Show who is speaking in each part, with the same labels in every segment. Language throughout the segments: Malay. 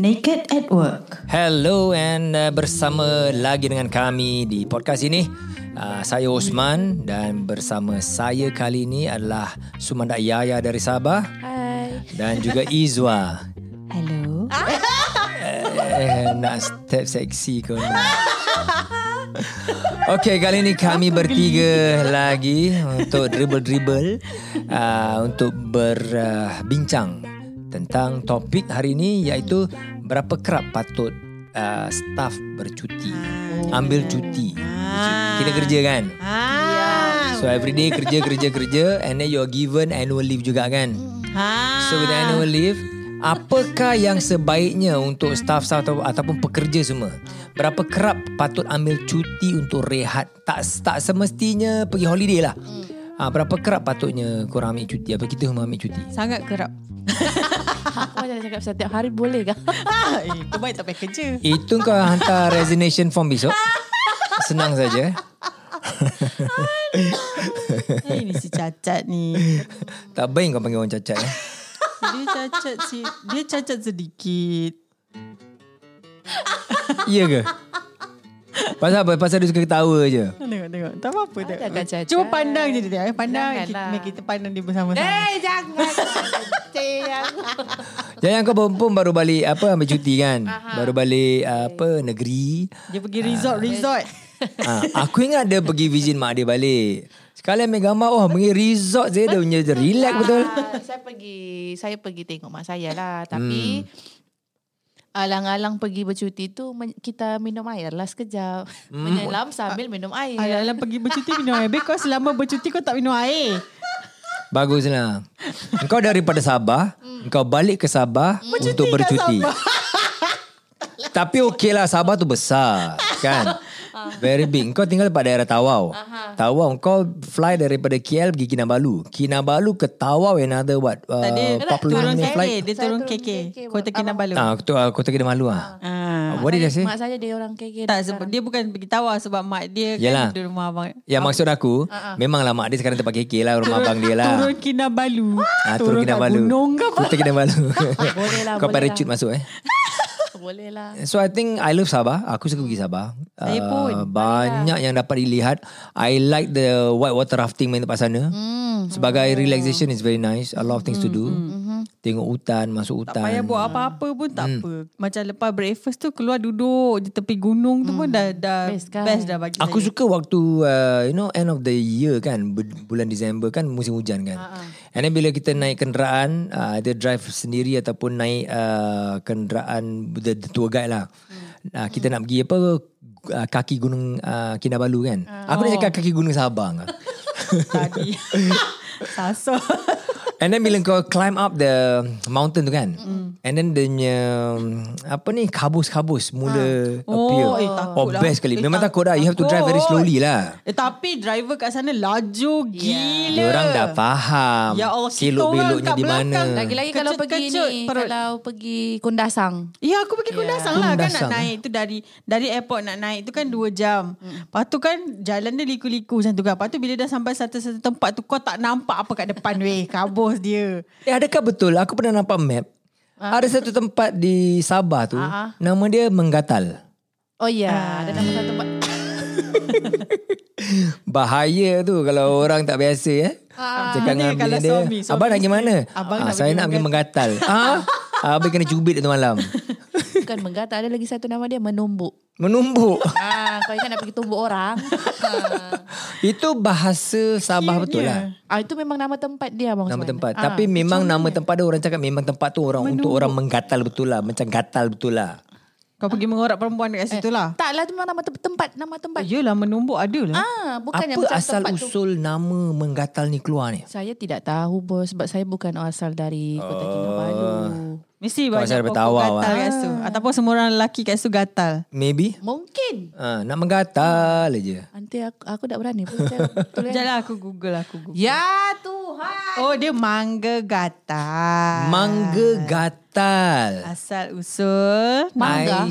Speaker 1: Naked at Work.
Speaker 2: Hello and uh, bersama lagi dengan kami di podcast ini. Uh, saya Osman dan bersama saya kali ini adalah Sumanda Yaya dari Sabah
Speaker 3: Hai.
Speaker 2: dan juga Izwa.
Speaker 1: Hello.
Speaker 4: Ah.
Speaker 2: Eh, nak step seksi kau ni. Okey, kali ni kami bertiga lagi untuk dribble-dribble uh, untuk berbincang uh, tentang topik hari ini iaitu berapa kerap patut uh, staff bercuti, ambil cuti. Kita kerja kan?
Speaker 3: Ah.
Speaker 2: So every day kerja kerja kerja and then you're given annual leave juga kan?
Speaker 4: Ha,
Speaker 2: So with annual leave Apakah yang sebaiknya untuk staff-staff atau, ataupun pekerja semua? Berapa kerap patut ambil cuti untuk rehat? Tak tak semestinya pergi holiday lah. Ha, berapa kerap patutnya korang ambil cuti? Apa kita semua ambil cuti?
Speaker 4: Sangat kerap.
Speaker 3: Aku macam cakap setiap hari boleh ke?
Speaker 4: eh, kau baik tak payah kerja.
Speaker 2: Itu kau hantar resignation form besok. Senang saja.
Speaker 4: Eh, ini si cacat ni.
Speaker 2: Tak baik kau panggil orang cacat. Eh?
Speaker 4: Dia cacat si dia cacat sedikit.
Speaker 2: Iya ke? Pasal apa? Pasal dia suka ketawa je.
Speaker 4: Tengok tengok. Tak apa-apa tengok.
Speaker 3: Takkan cacat.
Speaker 4: Cuma pandang je dia. Eh, Pandang kita,
Speaker 3: Janganlah.
Speaker 4: kita pandang dia bersama-sama.
Speaker 3: jangan.
Speaker 2: Jangan kau pun, pun baru balik apa ambil cuti kan? Baru balik apa negeri.
Speaker 4: Dia pergi resort
Speaker 3: Ah.
Speaker 4: resort.
Speaker 2: ha, aku ingat dia pergi visit mak dia balik. Sekali ambil gambar, oh pergi resort je dia punya dia relax betul.
Speaker 3: Ah, saya pergi saya pergi tengok mak saya lah tapi alang-alang pergi bercuti tu men- kita minum air lah sekejap. Menyelam sambil minum air.
Speaker 4: Alang-alang pergi bercuti minum air. Babe, kau selama bercuti kau tak minum air.
Speaker 2: Baguslah. Engkau lah. daripada Sabah, engkau balik ke Sabah untuk bercuti. Tapi okey lah Sabah tu besar kan. Very big. Engkau tinggal pada daerah Tawau. Tawau engkau fly daripada KL pergi Kinabalu. Kinabalu ke Tawau another what? Uh,
Speaker 4: Dia
Speaker 2: 40
Speaker 4: turun
Speaker 2: minute
Speaker 4: KK.
Speaker 2: flight.
Speaker 4: Eh, Dia
Speaker 3: Saya
Speaker 4: turun
Speaker 3: turun
Speaker 4: KK.
Speaker 3: KK.
Speaker 4: Kota Kinabalu.
Speaker 2: Ah, aku tu aku tak kena malu ah.
Speaker 4: Ah.
Speaker 2: What did I say?
Speaker 3: Mak saya dia orang KK.
Speaker 4: Tak, sebab dia bukan pergi tawar sebab mak dia
Speaker 2: Yalah.
Speaker 4: kan di rumah abang.
Speaker 2: Ya maksud aku uh-uh. Memanglah mak dia sekarang tempat KK lah Rumah abang dia lah
Speaker 4: Turun Kinabalu.
Speaker 2: Ah,
Speaker 4: turun kat
Speaker 2: Kinabalu.
Speaker 4: gunung ke apa?
Speaker 2: Turun Kinabalu
Speaker 3: Boleh lah,
Speaker 2: Kau
Speaker 3: boleh
Speaker 2: parachute masuk eh
Speaker 3: boleh lah.
Speaker 2: So I think I love Sabah Aku suka pergi Sabah Ah,
Speaker 4: Saya Eh, pun.
Speaker 2: Banyak yang dapat dilihat I like the white water rafting main tempat sana
Speaker 3: Hmm.
Speaker 4: Oh.
Speaker 2: Sebagai relaxation is very nice A lot of
Speaker 4: Hmm,
Speaker 2: things to do Tengok hutan Masuk
Speaker 4: Tak payah
Speaker 2: hutan
Speaker 4: buat apa-apa pun tak
Speaker 2: Hmm.
Speaker 4: apa. Macam lepas breakfast tu keluar duduk je tepi gunung tu pun dah dah
Speaker 3: Best
Speaker 4: best,
Speaker 3: kan?
Speaker 4: dah bagi
Speaker 2: Aku
Speaker 4: saya.
Speaker 2: suka waktu uh, you know end of the year kan bu- bulan Disember kan musim hujan
Speaker 4: Ha,
Speaker 2: kan. Uh-huh. And then bila kita naik kenderaan uh, either drive sendiri ataupun naik uh, kenderaan the, the tour guide lah.
Speaker 4: Hmm.
Speaker 2: Uh, kita nak pergi apa uh, kaki gunung uh, Kinabalu kan.
Speaker 4: Ah.
Speaker 2: Aku nak cakap kaki gunung Sabang. lah.
Speaker 4: tadi. Sasa.
Speaker 2: And then bila kau climb up the mountain tu kan.
Speaker 4: Hmm.
Speaker 2: And then dia punya um, apa ni kabus-kabus mula
Speaker 4: Oh,
Speaker 2: appear.
Speaker 4: eh, takut
Speaker 2: oh
Speaker 4: lah.
Speaker 2: best
Speaker 4: Eh,
Speaker 2: sekali. Memang
Speaker 4: tak-
Speaker 2: takut dah. You have to drive very
Speaker 4: takut.
Speaker 2: slowly lah.
Speaker 4: eh, tapi driver kat sana laju
Speaker 3: Ya.
Speaker 4: gila.
Speaker 2: Diorang dah faham
Speaker 4: Ya Allah, kita
Speaker 2: Siluk beloknya
Speaker 4: orang kat
Speaker 2: di mana
Speaker 4: belakang
Speaker 3: Lagi-lagi kalau
Speaker 4: Kecut-
Speaker 3: pergi
Speaker 4: kecut
Speaker 3: ni,
Speaker 4: perut.
Speaker 3: kalau pergi Kundasang.
Speaker 4: Ya aku pergi Kundasang lah kan
Speaker 2: Kundasang,
Speaker 4: nak naik tu dari dari airport nak naik tu kan 2 jam.
Speaker 3: Hmm.
Speaker 4: Lepas tu kan jalan dia liku-liku macam tu kan. Lepas tu bila dah sampai satu-satu tempat tu kau tak nampak apa kat depan weh. Kabus dia.
Speaker 2: Eh adakah betul Aku pernah nampak map
Speaker 4: Ha?
Speaker 2: Ada satu tempat di Sabah tu Nama dia Menggatal
Speaker 3: Oh ya, yeah. ada nama satu tempat.
Speaker 2: Bahaya tu Kalau orang tak biasa eh Cakap dengan
Speaker 4: Ha, Kalau
Speaker 2: bini dia
Speaker 4: suami, suami
Speaker 2: Abang nak pergi mana
Speaker 4: Abang
Speaker 2: "Ah,
Speaker 4: nak
Speaker 2: Saya
Speaker 4: pergi
Speaker 2: nak pergi Menggatal ah, Abang kena cubit tu malam
Speaker 3: Bukan menggatal, ada lagi satu nama dia menumbuk.
Speaker 2: Menumbuk
Speaker 3: Ah, kau ingat nak pergi tumbuk orang.
Speaker 2: Itu bahasa Sabah betul lah
Speaker 3: Ah, itu memang nama tempat dia Abang
Speaker 2: Nama
Speaker 3: Osman.
Speaker 2: tempat
Speaker 4: Ah,
Speaker 2: Tapi memang nama tempat dia Orang cakap memang tempat tu orang Untuk orang menggatal betul lah Macam gatal betul lah
Speaker 4: Kau pergi mengorak perempuan dekat situ lah.
Speaker 3: Tak lah, itu memang nama te- tempat. Nama tempat.
Speaker 4: Yelah menumbuk ada lah.
Speaker 3: Eh. Ah, bukan yang
Speaker 2: Apa
Speaker 3: macam
Speaker 2: asal
Speaker 3: tempat tu.
Speaker 2: usul nama menggatal ni keluar ni?
Speaker 3: Saya tidak tahu bos sebab saya bukan asal dari Kota Kinabalu.
Speaker 4: Mesti
Speaker 2: Kau
Speaker 4: banyak
Speaker 2: asal
Speaker 4: pokok
Speaker 2: bertawar,
Speaker 4: gatal
Speaker 3: lah.
Speaker 2: Wan.
Speaker 4: kat
Speaker 3: Ah.
Speaker 4: situ. Ataupun semua orang lelaki kat situ gatal.
Speaker 2: Maybe.
Speaker 3: Mungkin.
Speaker 2: Ha, nak menggatal aja.
Speaker 3: Nanti aku, aku tak berani pun cakap betul kan.
Speaker 4: Sekejap lah aku google aku google.
Speaker 3: Ya Tuhan.
Speaker 4: Oh dia mangga
Speaker 3: Ah.
Speaker 4: gatal.
Speaker 2: Mangga gatal.
Speaker 4: Asal usul.
Speaker 3: Mangga,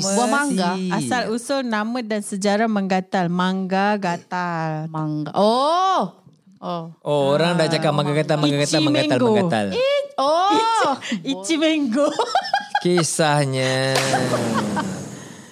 Speaker 2: I
Speaker 3: buah mangga.
Speaker 2: see.
Speaker 4: Asal usul nama dan sejarah menggatal. Mangga gatal.
Speaker 3: Mangga. Oh. Oh.
Speaker 2: Oh, orang
Speaker 3: Ah.
Speaker 2: dah cakap mangga gatal, mangga gatal,
Speaker 3: Eh.
Speaker 4: Ichi
Speaker 2: menggatal,
Speaker 4: mango.
Speaker 2: menggatal.
Speaker 3: Oh.
Speaker 4: Ichi mango.
Speaker 2: Kisahnya.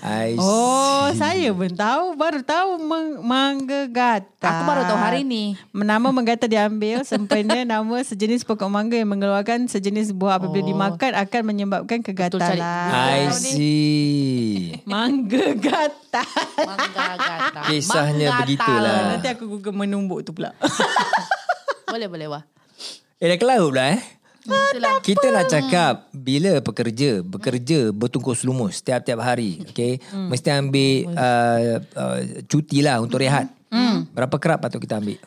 Speaker 2: I
Speaker 4: Oh, saya pun tahu. Baru tahu meng- menggegata.
Speaker 3: Aku baru tahu hari ni.
Speaker 4: Nama menggata diambil sempena nama sejenis pokok mangga yang mengeluarkan sejenis buah apabila
Speaker 3: Oh.
Speaker 4: dimakan akan menyebabkan
Speaker 3: cari-
Speaker 4: kegatalan.
Speaker 2: I see.
Speaker 4: Mangga gatal.
Speaker 3: Mangga-gata.
Speaker 2: Kisahnya
Speaker 3: Mangga
Speaker 2: begitulah.
Speaker 3: tahu.
Speaker 4: Nanti aku google menumbuk tu pula.
Speaker 3: Boleh boleh wah. Hmm,
Speaker 2: Eh, dah kelaut pula eh.
Speaker 3: Itulah.
Speaker 2: Kita nak cakap bila pekerja, bekerja bertungkus lumus tiap-tiap hari,
Speaker 3: Hmm.
Speaker 2: okey. Mesti ambil uh, uh, cuti lah
Speaker 3: Hmm.
Speaker 2: untuk rehat. Berapa kerap patut kita ambil?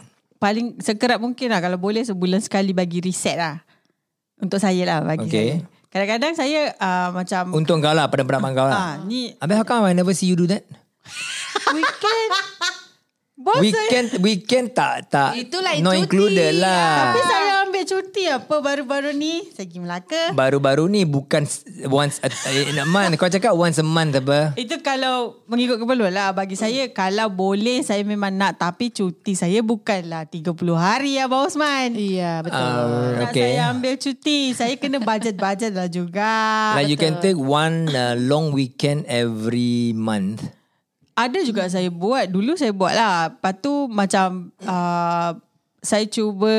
Speaker 4: Paling sekerap mungkin lah kalau boleh sebulan sekali bagi reset lah. Untuk saya lah bagi
Speaker 2: Okay.
Speaker 4: saya. Kadang-kadang saya uh, macam
Speaker 2: Untuk kau lah, pada pendapat kau lah.
Speaker 4: ah, ni
Speaker 2: Habis how come I never see you do that?
Speaker 4: weekend bos saya.
Speaker 2: Weekend weekend tak tak
Speaker 3: Itulah
Speaker 2: not
Speaker 3: cuti.
Speaker 2: included lah.
Speaker 4: Tapi saya ambil cuti apa baru-baru ni saya pergi Melaka.
Speaker 2: Baru-baru ni bukan s- once a, in a month. Kau cakap once a month apa?
Speaker 4: Itu kalau mengikut keperluan lah. Bagi saya, kalau boleh saya memang nak. Tapi cuti saya bukanlah 30 hari ya, Abang Osman.
Speaker 3: Iya betul.
Speaker 2: Uh,
Speaker 4: Nak
Speaker 2: okay.
Speaker 4: saya ambil cuti. Saya kena budget-budget lah juga.
Speaker 2: Like you can take one uh, long weekend every month.
Speaker 4: Ada juga saya buat. Dulu saya buat lah. Lepas tu macam uh, saya cuba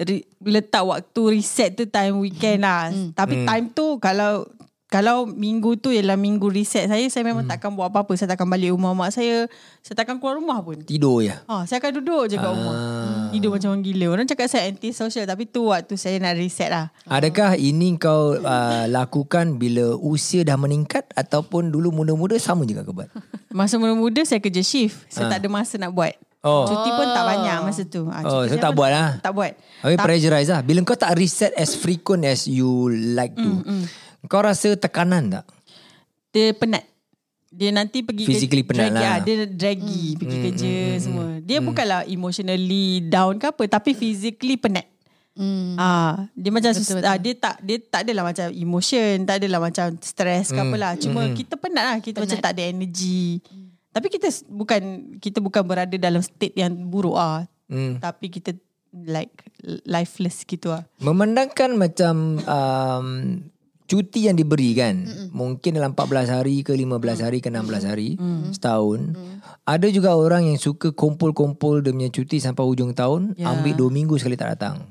Speaker 4: re- letak waktu reset tu time weekend lah.
Speaker 2: Hmm.
Speaker 4: Tapi time tu kalau kalau minggu tu ialah minggu reset saya, saya
Speaker 2: Hmm.
Speaker 4: memang takkan buat apa-apa. Saya takkan balik rumah mak saya. Saya takkan keluar rumah pun.
Speaker 2: Tidur je.
Speaker 4: Ha, saya akan duduk je kat rumah.
Speaker 2: Ah.
Speaker 4: Tidur macam orang gila. Orang cakap saya anti-social tapi tu waktu saya nak reset lah.
Speaker 2: Adakah ini kau uh, lakukan bila usia dah meningkat ataupun dulu muda-muda sama juga kau buat?
Speaker 4: Masa muda-muda saya kerja shift. Saya tak ada masa nak buat.
Speaker 2: Ah. Oh.
Speaker 4: Cuti pun tak banyak masa tu. Ha,
Speaker 2: Oh,
Speaker 4: cuti
Speaker 2: so tak
Speaker 4: pun
Speaker 2: buat lah.
Speaker 4: Tak buat.
Speaker 2: Habis pressurize lah. Bila kau tak reset as frequent as you like to,
Speaker 4: Mm,
Speaker 2: kau rasa tekanan tak?
Speaker 4: Dia penat. Dia nanti pergi
Speaker 2: Physically penat
Speaker 4: draggy,
Speaker 2: lah. Hmm,
Speaker 4: ah, Dia draggy pergi kerja semua. Dia bukanlah emotionally down ke apa tapi physically penat.
Speaker 3: Hmm.
Speaker 4: Ah, dia macam betul, Ah, dia tak dia tak adalah macam emotion, tak adalah macam stres
Speaker 2: Hmm,
Speaker 4: ke apalah. Cuma kita penat Hmm. lah, kita macam tak ada energy. Tapi kita s- bukan kita bukan berada dalam state yang buruk ah.
Speaker 2: Hmm.
Speaker 4: Tapi kita like lifeless gitu ah.
Speaker 2: Memandangkan macam um, cuti yang diberi kan,
Speaker 4: Mm,
Speaker 2: mungkin dalam 14 hari ke 15 hari ke 16 hari
Speaker 4: Mm.
Speaker 2: setahun. Ada juga orang yang suka kumpul-kumpul dia punya cuti sampai hujung tahun,
Speaker 4: Ya.
Speaker 2: ambil 2 minggu sekali tak datang.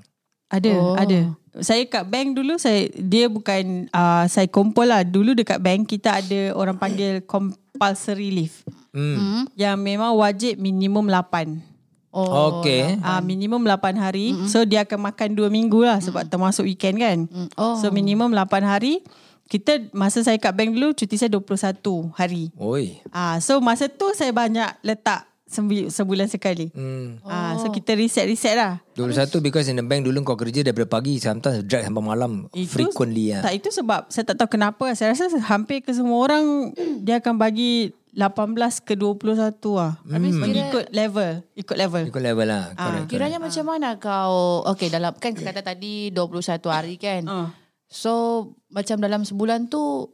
Speaker 4: Ada, oh.
Speaker 3: Oh.
Speaker 4: ada. Saya kat bank dulu saya dia bukan uh, saya kumpul lah. Dulu dekat bank kita ada orang panggil compulsory leave
Speaker 2: Hmm.
Speaker 4: yang memang wajib minimum 8.
Speaker 3: Oh.
Speaker 2: okay.
Speaker 4: Ah minimum 8 hari. Mm-hmm. So dia akan makan 2 minggu lah sebab mm-hmm. termasuk weekend kan. Mm.
Speaker 3: Oh.
Speaker 4: So minimum 8 hari. Kita masa saya kat bank dulu cuti saya 21 hari.
Speaker 2: Oi.
Speaker 4: Ah so masa tu saya banyak letak sembi- sebulan sekali.
Speaker 2: Hmm.
Speaker 4: Ah so
Speaker 3: Oh.
Speaker 4: kita reset-reset lah.
Speaker 2: 21 because in the bank dulu kau kerja daripada pagi sometimes drag sampai malam frequently
Speaker 3: Ya.
Speaker 2: lah.
Speaker 4: Tak itu sebab saya tak tahu kenapa. Saya rasa hampir ke semua orang dia akan bagi 18 ke 21 lah.
Speaker 3: Hmm.
Speaker 4: Habis ikut level, ikut level.
Speaker 2: Ikut level
Speaker 4: Ah,
Speaker 2: lah. Correct. correct.
Speaker 3: Kiranya macam mana kau Okay dalam Kan kata tadi 21 hari kan
Speaker 4: Ah.
Speaker 3: So Macam dalam sebulan tu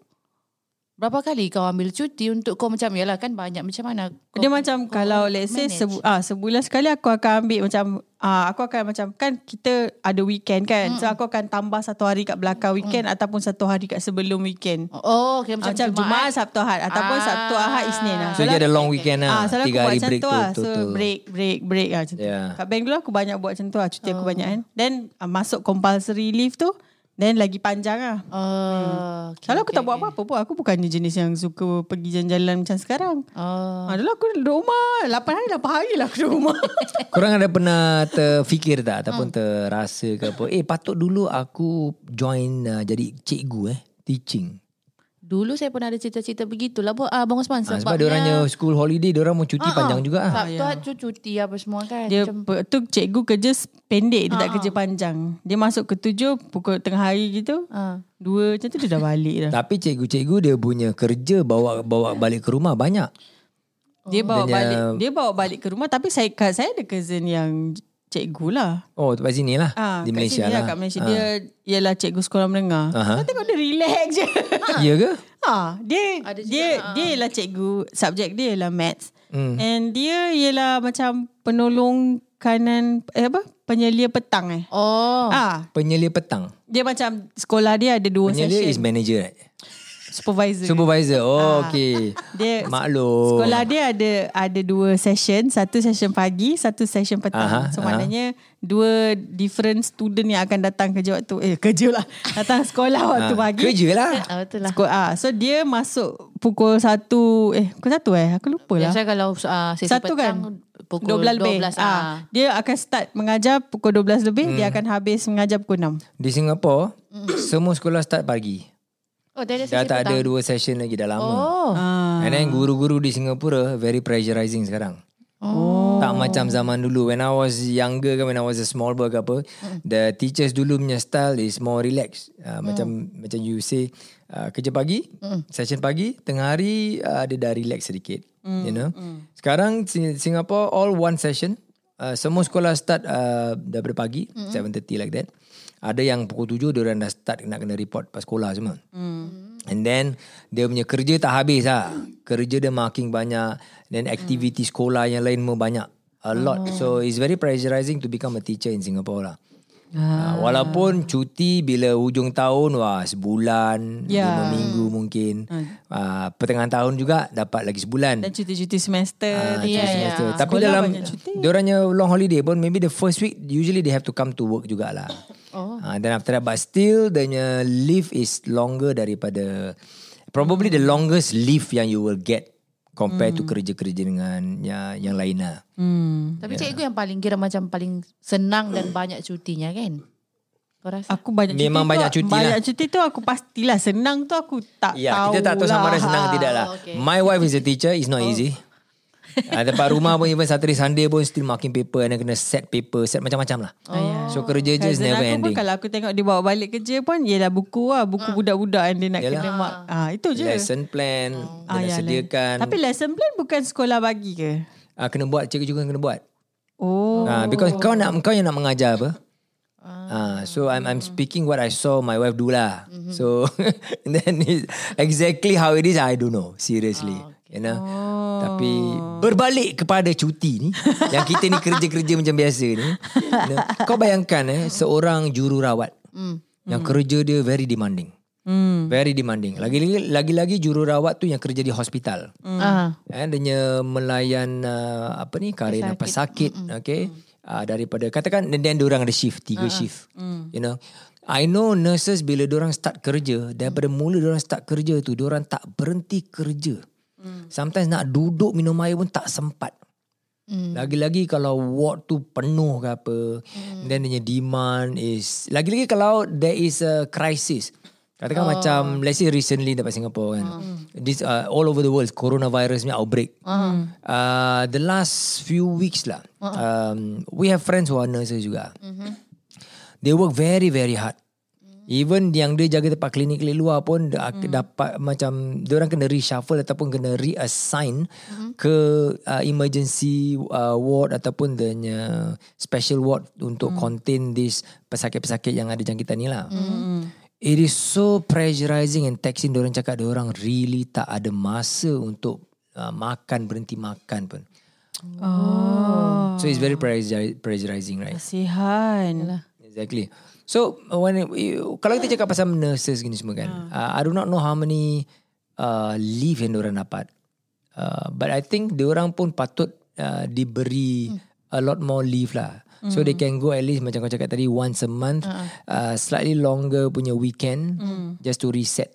Speaker 3: Berapa kali kau ambil cuti Untuk kau macam Yalah kan banyak Macam mana kau,
Speaker 4: Dia macam kalau let's say
Speaker 3: manage?
Speaker 4: sebu- ah, sebulan sekali aku akan ambil macam ah, aku akan macam kan kita ada weekend kan.
Speaker 3: Hmm.
Speaker 4: So aku akan tambah satu hari kat belakang weekend ataupun satu hari kat sebelum weekend. Ah,
Speaker 3: Oh okay,
Speaker 4: Macam,
Speaker 3: Hmm. macam,
Speaker 4: macam Jumaat, Sabtu Ahad ataupun
Speaker 3: Ah.
Speaker 4: Sabtu Ahad Isnin lah.
Speaker 2: So dia ada long weekend
Speaker 4: Ah,
Speaker 2: lah.
Speaker 4: selalu aku
Speaker 2: Tiga
Speaker 4: buat
Speaker 2: hari
Speaker 4: macam
Speaker 2: break
Speaker 4: tu
Speaker 2: tu.
Speaker 4: lah.
Speaker 2: tu,
Speaker 4: So
Speaker 2: tu.
Speaker 4: break, break, break lah macam
Speaker 2: Yeah.
Speaker 4: tu. Kat bank dulu aku banyak buat macam tu lah.
Speaker 3: Ah.
Speaker 4: Cuti aku banyak kan. Then uh, masuk compulsory leave tu. Then lagi panjang lah.
Speaker 3: Oh, okay,
Speaker 4: Selalu aku
Speaker 3: okay,
Speaker 4: tak buat
Speaker 3: okay.
Speaker 4: apa-apa pun. Aku bukannya jenis yang suka pergi jalan-jalan macam sekarang.
Speaker 3: Oh.
Speaker 4: Ha, dulu aku duduk rumah. 8 hari, 8 hari lah aku duduk rumah.
Speaker 2: Korang ada pernah terfikir
Speaker 4: Hmm.
Speaker 2: tak ataupun terasa ke apa? Eh patut dulu aku join uh, jadi cikgu eh. Teaching.
Speaker 3: Dulu saya pernah ada cita-cita begitulah Bo, ah, ya. Bang Osman
Speaker 2: Ha, sebab dia orangnya school holiday, dia orang mau cuti panjang juga ah.
Speaker 3: Sabtu yeah. tu cuti apa semua kan
Speaker 4: dia
Speaker 3: Macam-
Speaker 4: pe-
Speaker 3: Ah.
Speaker 4: tu cikgu kerja s- pendek. Dia tak kerja panjang. Dia masuk ke tujuh pukul tengah hari gitu.
Speaker 3: Ah.
Speaker 4: Dua macam tu dia dah balik dah.
Speaker 2: Tapi cikgu-cikgu dia punya kerja bawa bawa balik ke rumah banyak.
Speaker 3: Oh.
Speaker 4: Dia bawa
Speaker 2: Dia-
Speaker 4: balik dia bawa balik ke rumah tapi saya kat saya ada cousin yang cikgu lah.
Speaker 2: Oh tempat sini lah.
Speaker 4: Ah,
Speaker 2: di
Speaker 4: kat
Speaker 2: Malaysia
Speaker 4: sini
Speaker 2: lah.
Speaker 4: Kat Malaysia dia ialah cikgu sekolah menengah.
Speaker 2: Aha.
Speaker 4: Uh-huh. Kau tengok dia relax je.
Speaker 2: Ya ke?
Speaker 4: ha, dia
Speaker 3: Ada juga, lah.
Speaker 4: dia dia
Speaker 2: Hmm.
Speaker 4: ialah cikgu subjek dia ialah maths. And dia ialah macam penolong makanan eh apa? Penyelia petang eh.
Speaker 3: Oh.
Speaker 4: Ah,
Speaker 2: Penyelia petang.
Speaker 4: dia macam sekolah dia ada dua
Speaker 2: Penyelia is
Speaker 4: session.
Speaker 2: manager right?
Speaker 4: Supervisor.
Speaker 2: Supervisor. Oh, okay.
Speaker 4: Dia
Speaker 2: Maklum.
Speaker 4: Eh, Sekolah dia ada ada dua session, satu session pagi, satu session petang.
Speaker 2: Aha,
Speaker 4: so
Speaker 2: aha.
Speaker 4: maknanya dua different student yang akan datang kerja waktu eh kerja lah. Datang sekolah waktu
Speaker 2: Ah,
Speaker 4: pagi.
Speaker 2: Kerja lah.
Speaker 3: Ah, betul lah.
Speaker 4: Sekolah. Ah, so dia masuk pukul satu eh pukul satu eh aku lupa lah.
Speaker 3: Biasa kalau uh, sesi
Speaker 4: Satu kan
Speaker 3: petang pukul 12, 12
Speaker 4: lebih. Ah, dia akan start mengajar pukul 12 lebih,
Speaker 2: Hmm.
Speaker 4: dia akan habis mengajar pukul 6.
Speaker 2: Di Singapura,
Speaker 4: Mm.
Speaker 2: semua sekolah start pagi.
Speaker 3: Oh, dia
Speaker 2: Dah
Speaker 3: ada sesi
Speaker 2: tak ada
Speaker 3: petang.
Speaker 2: dua session lagi dah lama.
Speaker 3: Oh.
Speaker 4: Ah.
Speaker 2: And then guru-guru di Singapura very pressurizing sekarang.
Speaker 3: Oh.
Speaker 2: Tak macam zaman dulu When I was younger kan When I was a small boy ke apa
Speaker 3: Hmm.
Speaker 2: The teachers dulu punya style Is more relaxed uh, Macam Macam you say uh, Kerja pagi
Speaker 3: Hmm.
Speaker 2: Session pagi Tengah hari uh, Dia dah relax sedikit
Speaker 3: Hmm.
Speaker 2: You know Sekarang Sing- Singapore All one session uh, Semua sekolah start uh, Daripada pagi
Speaker 3: Hmm.
Speaker 2: 7.30 like that Ada yang pukul 7 Dia orang dah start Nak kena report Pas sekolah semua And then dia punya kerja tak habis lah. Kerja dia marking banyak. Then aktiviti sekolah yang lain pun banyak. A lot. So it's very pressurizing to become a teacher in Singapore lah. Ah. Walaupun cuti bila hujung tahun wah sebulan
Speaker 4: Ya.
Speaker 2: lima minggu mungkin ah, pertengahan tahun juga dapat lagi sebulan
Speaker 4: Dan cuti-cuti semester.
Speaker 2: Ah,
Speaker 4: tu.
Speaker 2: cuti
Speaker 3: ya, ya.
Speaker 2: semester. Tapi
Speaker 4: Sekolah
Speaker 2: dalam
Speaker 4: banyak cuti.
Speaker 2: diorangnya long holiday pun maybe the first week usually they have to come to work jugalah. Oh. Uh, then after that but still the leave is longer daripada probably the longest leave yang you will get compared
Speaker 4: Hmm.
Speaker 2: to kerja-kerja dengan yang, yang lain lah.
Speaker 3: Tapi cikgu yang paling kira macam paling senang dan banyak cutinya kan? Kau rasa?
Speaker 4: Ah. Aku banyak cuti
Speaker 2: Memang
Speaker 4: tu,
Speaker 2: banyak cuti lah.
Speaker 4: Banyak cuti tu aku pastilah Senang tu aku tak
Speaker 2: Ya,
Speaker 4: tahu
Speaker 2: kita tak tahu sama ada
Speaker 4: lah.
Speaker 2: senang ke tidak lah.
Speaker 3: okay.
Speaker 2: My wife is a teacher, it's
Speaker 4: Oh.
Speaker 2: not easy. Uh, depan rumah pun even Saturday Sunday pun still marking paper and then kena set paper, set macam-macam lah. Oh. So kerja je is
Speaker 4: Cousin
Speaker 2: never
Speaker 4: aku pun
Speaker 2: ending.
Speaker 4: kalau aku tengok dia bawa balik kerja pun Yelah buku lah Buku budak-budak yang dia nak
Speaker 2: Yalah.
Speaker 4: kena mak ah, Itu je
Speaker 2: Lesson plan, dia
Speaker 4: Ah,
Speaker 2: nak
Speaker 4: ya,
Speaker 2: sediakan.
Speaker 4: Tapi lesson plan bukan sekolah bagi ke?
Speaker 2: Ah kena buat cikgu juga kena buat.
Speaker 4: Oh
Speaker 2: Ah because kau nak kau yang nak mengajar apa? Ah so I'm I'm speaking what I saw my wife do lah. So and then it- exactly how it is I don't know seriously. You know. Tapi berbalik kepada cuti ni yang kita ni kerja-kerja macam biasa ni. You know, kau bayangkan eh seorang jururawat
Speaker 3: Hmm.
Speaker 2: yang kerja dia very demanding.
Speaker 4: Hmm.
Speaker 2: Very demanding. Lagi-lagi lagi-lagi jururawat tu yang kerja di hospital.
Speaker 3: Ah.
Speaker 2: eh, dia punya melayan uh, apa ni karena pesakit okey uh, daripada katakan dan then orang ada shift tiga shift you know I know nurses bila orang start kerja daripada mula orang start kerja tu orang tak berhenti kerja sometimes nak duduk minum air pun tak sempat Lagi-lagi kalau ward tu penuh ke apa Then dia punya demand is Lagi-lagi kalau there is a crisis Katakan oh. macam Let's say recently dapat Singapore kan This uh, All over the world Coronavirus punya outbreak uh, The last few weeks lah um, We have friends who are nurses juga They work very very hard Even yang dia jaga tempat klinik-klinik luar pun dia ak- dapat macam dia orang kena reshuffle ataupun kena reassign ke uh, emergency uh, ward ataupun the uh, special ward untuk contain this pesakit-pesakit yang ada jangkitan ni lah. It is so pressurizing and taxing dia orang cakap dia orang really tak ada masa untuk uh, makan berhenti makan pun.
Speaker 4: Oh
Speaker 2: So it's very pressuri- pressurizing right?
Speaker 4: Kasihan
Speaker 2: Exactly. So when kalau kita cakap pasal nurses gini semua kan, uh, I do not know how many uh, leave yang diorang dapat. Uh, but I think diorang pun patut uh, diberi a lot more leave lah. So they can go at least macam kau cakap tadi once a month, uh, slightly longer punya weekend just to reset.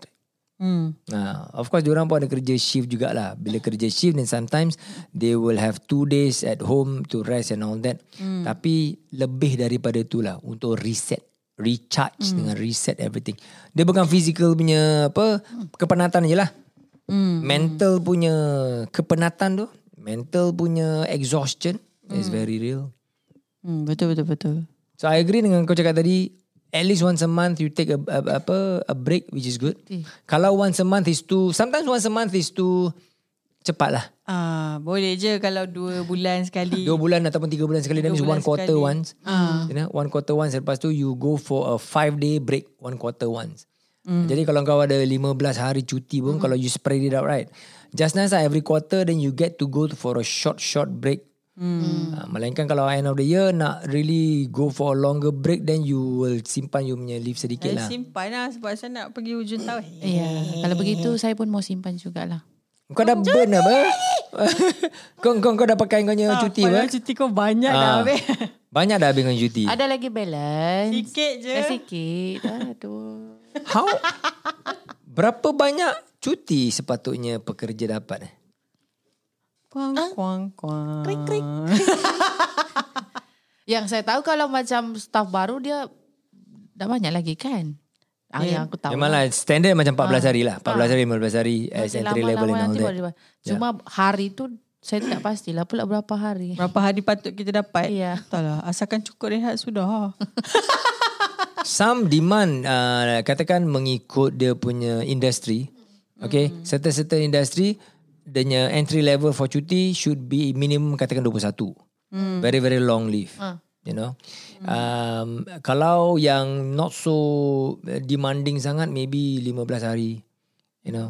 Speaker 4: hmm.
Speaker 2: Nah, Ha, of course diorang pun ada kerja shift jugalah. Bila kerja shift then sometimes they will have two days at home to rest and all that. Mm. Tapi lebih daripada itulah untuk reset, recharge mm. dengan reset everything. Dia bukan physical punya apa kepenatan je lah. Mm. Mental punya kepenatan tu, mental punya exhaustion mm. is very real.
Speaker 4: Hmm, Betul betul betul
Speaker 2: So I agree dengan kau cakap tadi At least once a month you take a, a, apa a break which is good. Kalau once a month is too sometimes once a month is too cepat lah.
Speaker 4: Ah, Boleh je kalau dua bulan sekali
Speaker 2: Dua bulan ataupun tiga bulan sekali. That
Speaker 4: Dua
Speaker 2: means
Speaker 4: bulan
Speaker 2: one quarter
Speaker 4: sekali.
Speaker 2: once. You know, one quarter once. Lepas tu you go for a five day break one quarter once. Jadi kalau kau ada 15 hari cuti pun kalau you spread it out right. Just nice lah every quarter then you get to go for a short short break Hmm. Uh, melainkan kalau end of the year nak really go for a longer break then you will simpan you punya leave sedikit
Speaker 4: Saya
Speaker 2: lah.
Speaker 4: simpan lah sebab saya nak pergi hujung tahun.
Speaker 3: Ya, kalau begitu saya pun mau simpan jugalah.
Speaker 2: Kau dah burn apa? kau, kau, kau dah pakai kau punya cuti apa?
Speaker 4: Padahal cuti kau banyak dah
Speaker 2: Ah.
Speaker 4: habis.
Speaker 2: Banyak dah habis kau punya cuti.
Speaker 3: Ada lagi balance.
Speaker 4: Sikit je.
Speaker 3: Dah sikit. Aduh.
Speaker 2: How? Berapa banyak cuti sepatutnya pekerja dapat? eh?
Speaker 4: Kuang, kuang, kuang.
Speaker 3: Krik, krik. Yang saya tahu kalau macam staff baru dia dah banyak lagi kan? Ah, Yang aku tahu.
Speaker 2: Memang lah standard macam 14 hari lah. 14 hari, 15 hari as
Speaker 3: Masih
Speaker 2: entry level and
Speaker 3: lama-lama
Speaker 2: all that.
Speaker 3: nanti
Speaker 2: Ya.
Speaker 3: baru dia- Cuma hari tu saya tak pastilah pula berapa hari.
Speaker 4: Berapa hari patut kita dapat?
Speaker 3: Ya.
Speaker 4: Tak lah. Asalkan cukup rehat sudah.
Speaker 2: Some demand uh, katakan mengikut dia punya industri. Okay. Serta-serta industri dia punya entry level for cuti should be minimum katakan 21. Very very long leave. You know. Um, kalau yang not so demanding sangat maybe 15 hari. You know.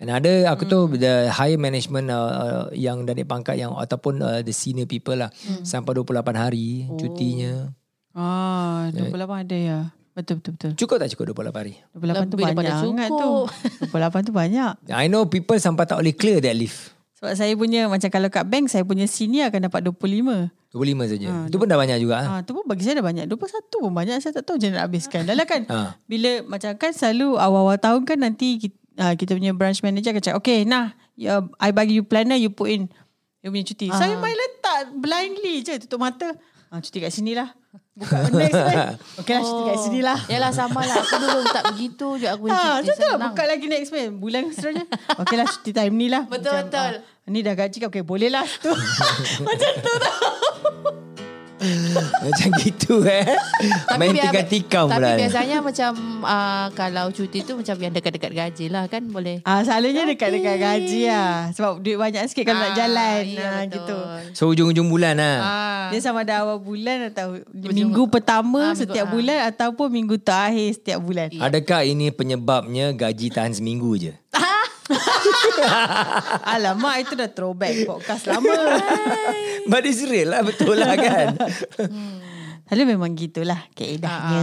Speaker 2: And ada aku tu the higher management uh, uh, yang dari pangkat yang ataupun uh, the senior people lah sampai 28 hari cutinya.
Speaker 4: Ah, 28 ada ya. Betul, betul, betul.
Speaker 2: Cukup tak cukup 28 hari?
Speaker 4: 28 tu
Speaker 3: Lebih
Speaker 4: banyak
Speaker 3: daripada
Speaker 4: sangat tu.
Speaker 3: cukup.
Speaker 4: 28 tu banyak.
Speaker 2: I know people sampai tak boleh clear that leave.
Speaker 4: Sebab saya punya, macam kalau kat bank, saya punya senior akan dapat 25.
Speaker 2: 25 saja. Itu pun dah banyak juga. Ha.
Speaker 4: Ah, tu pun bagi saya dah banyak. 21 pun banyak. Saya tak tahu je nak habiskan. Dah lah kan.
Speaker 3: Ah.
Speaker 2: Ha.
Speaker 4: Bila macam kan selalu awal-awal tahun kan nanti kita, ah, kita punya branch manager akan cakap, okay nah, you, I bagi you planner, you put in you punya cuti.
Speaker 3: Ah.
Speaker 4: Saya main letak blindly je, tutup mata. Ah, cuti kat sini lah. Buka next month. Okay lah, cuti kat
Speaker 3: Oh.
Speaker 4: sini lah.
Speaker 3: Yalah sama lah. Aku dulu tak begitu je aku punya
Speaker 2: Ah,
Speaker 4: Ha, macam tu
Speaker 3: cuti
Speaker 4: lah.
Speaker 3: senang.
Speaker 4: Buka lagi next month. Bulan seterusnya. Okay lah, cuti time ni lah.
Speaker 3: Betul, betul.
Speaker 4: ah, ni dah gaji, okay boleh lah. Tu. macam tu tau.
Speaker 2: Macam gitu eh. Main
Speaker 3: biar-
Speaker 2: tikam-tikam
Speaker 3: Tapi
Speaker 2: pula.
Speaker 3: biasanya macam uh, kalau cuti tu macam yang dekat-dekat gaji lah kan boleh.
Speaker 4: Ah, selalunya dekat-dekat gaji lah. Sebab duit banyak sikit kalau nak
Speaker 3: Ah,
Speaker 4: jalan.
Speaker 3: ya,
Speaker 4: ah,
Speaker 3: betul.
Speaker 4: gitu.
Speaker 2: So hujung-hujung bulan lah.
Speaker 3: Ah.
Speaker 4: Dia sama ada awal bulan atau minggu pertama
Speaker 3: Ah, minggu-
Speaker 4: setiap
Speaker 3: ah.
Speaker 4: bulan ataupun minggu terakhir setiap bulan.
Speaker 2: Adakah ini penyebabnya gaji tahan seminggu je?
Speaker 4: Alamak, itu dah throwback podcast lama.
Speaker 2: But it's real lah. Betul lah kan?
Speaker 4: Lalu memang gitulah
Speaker 3: Ah,
Speaker 4: keedahnya.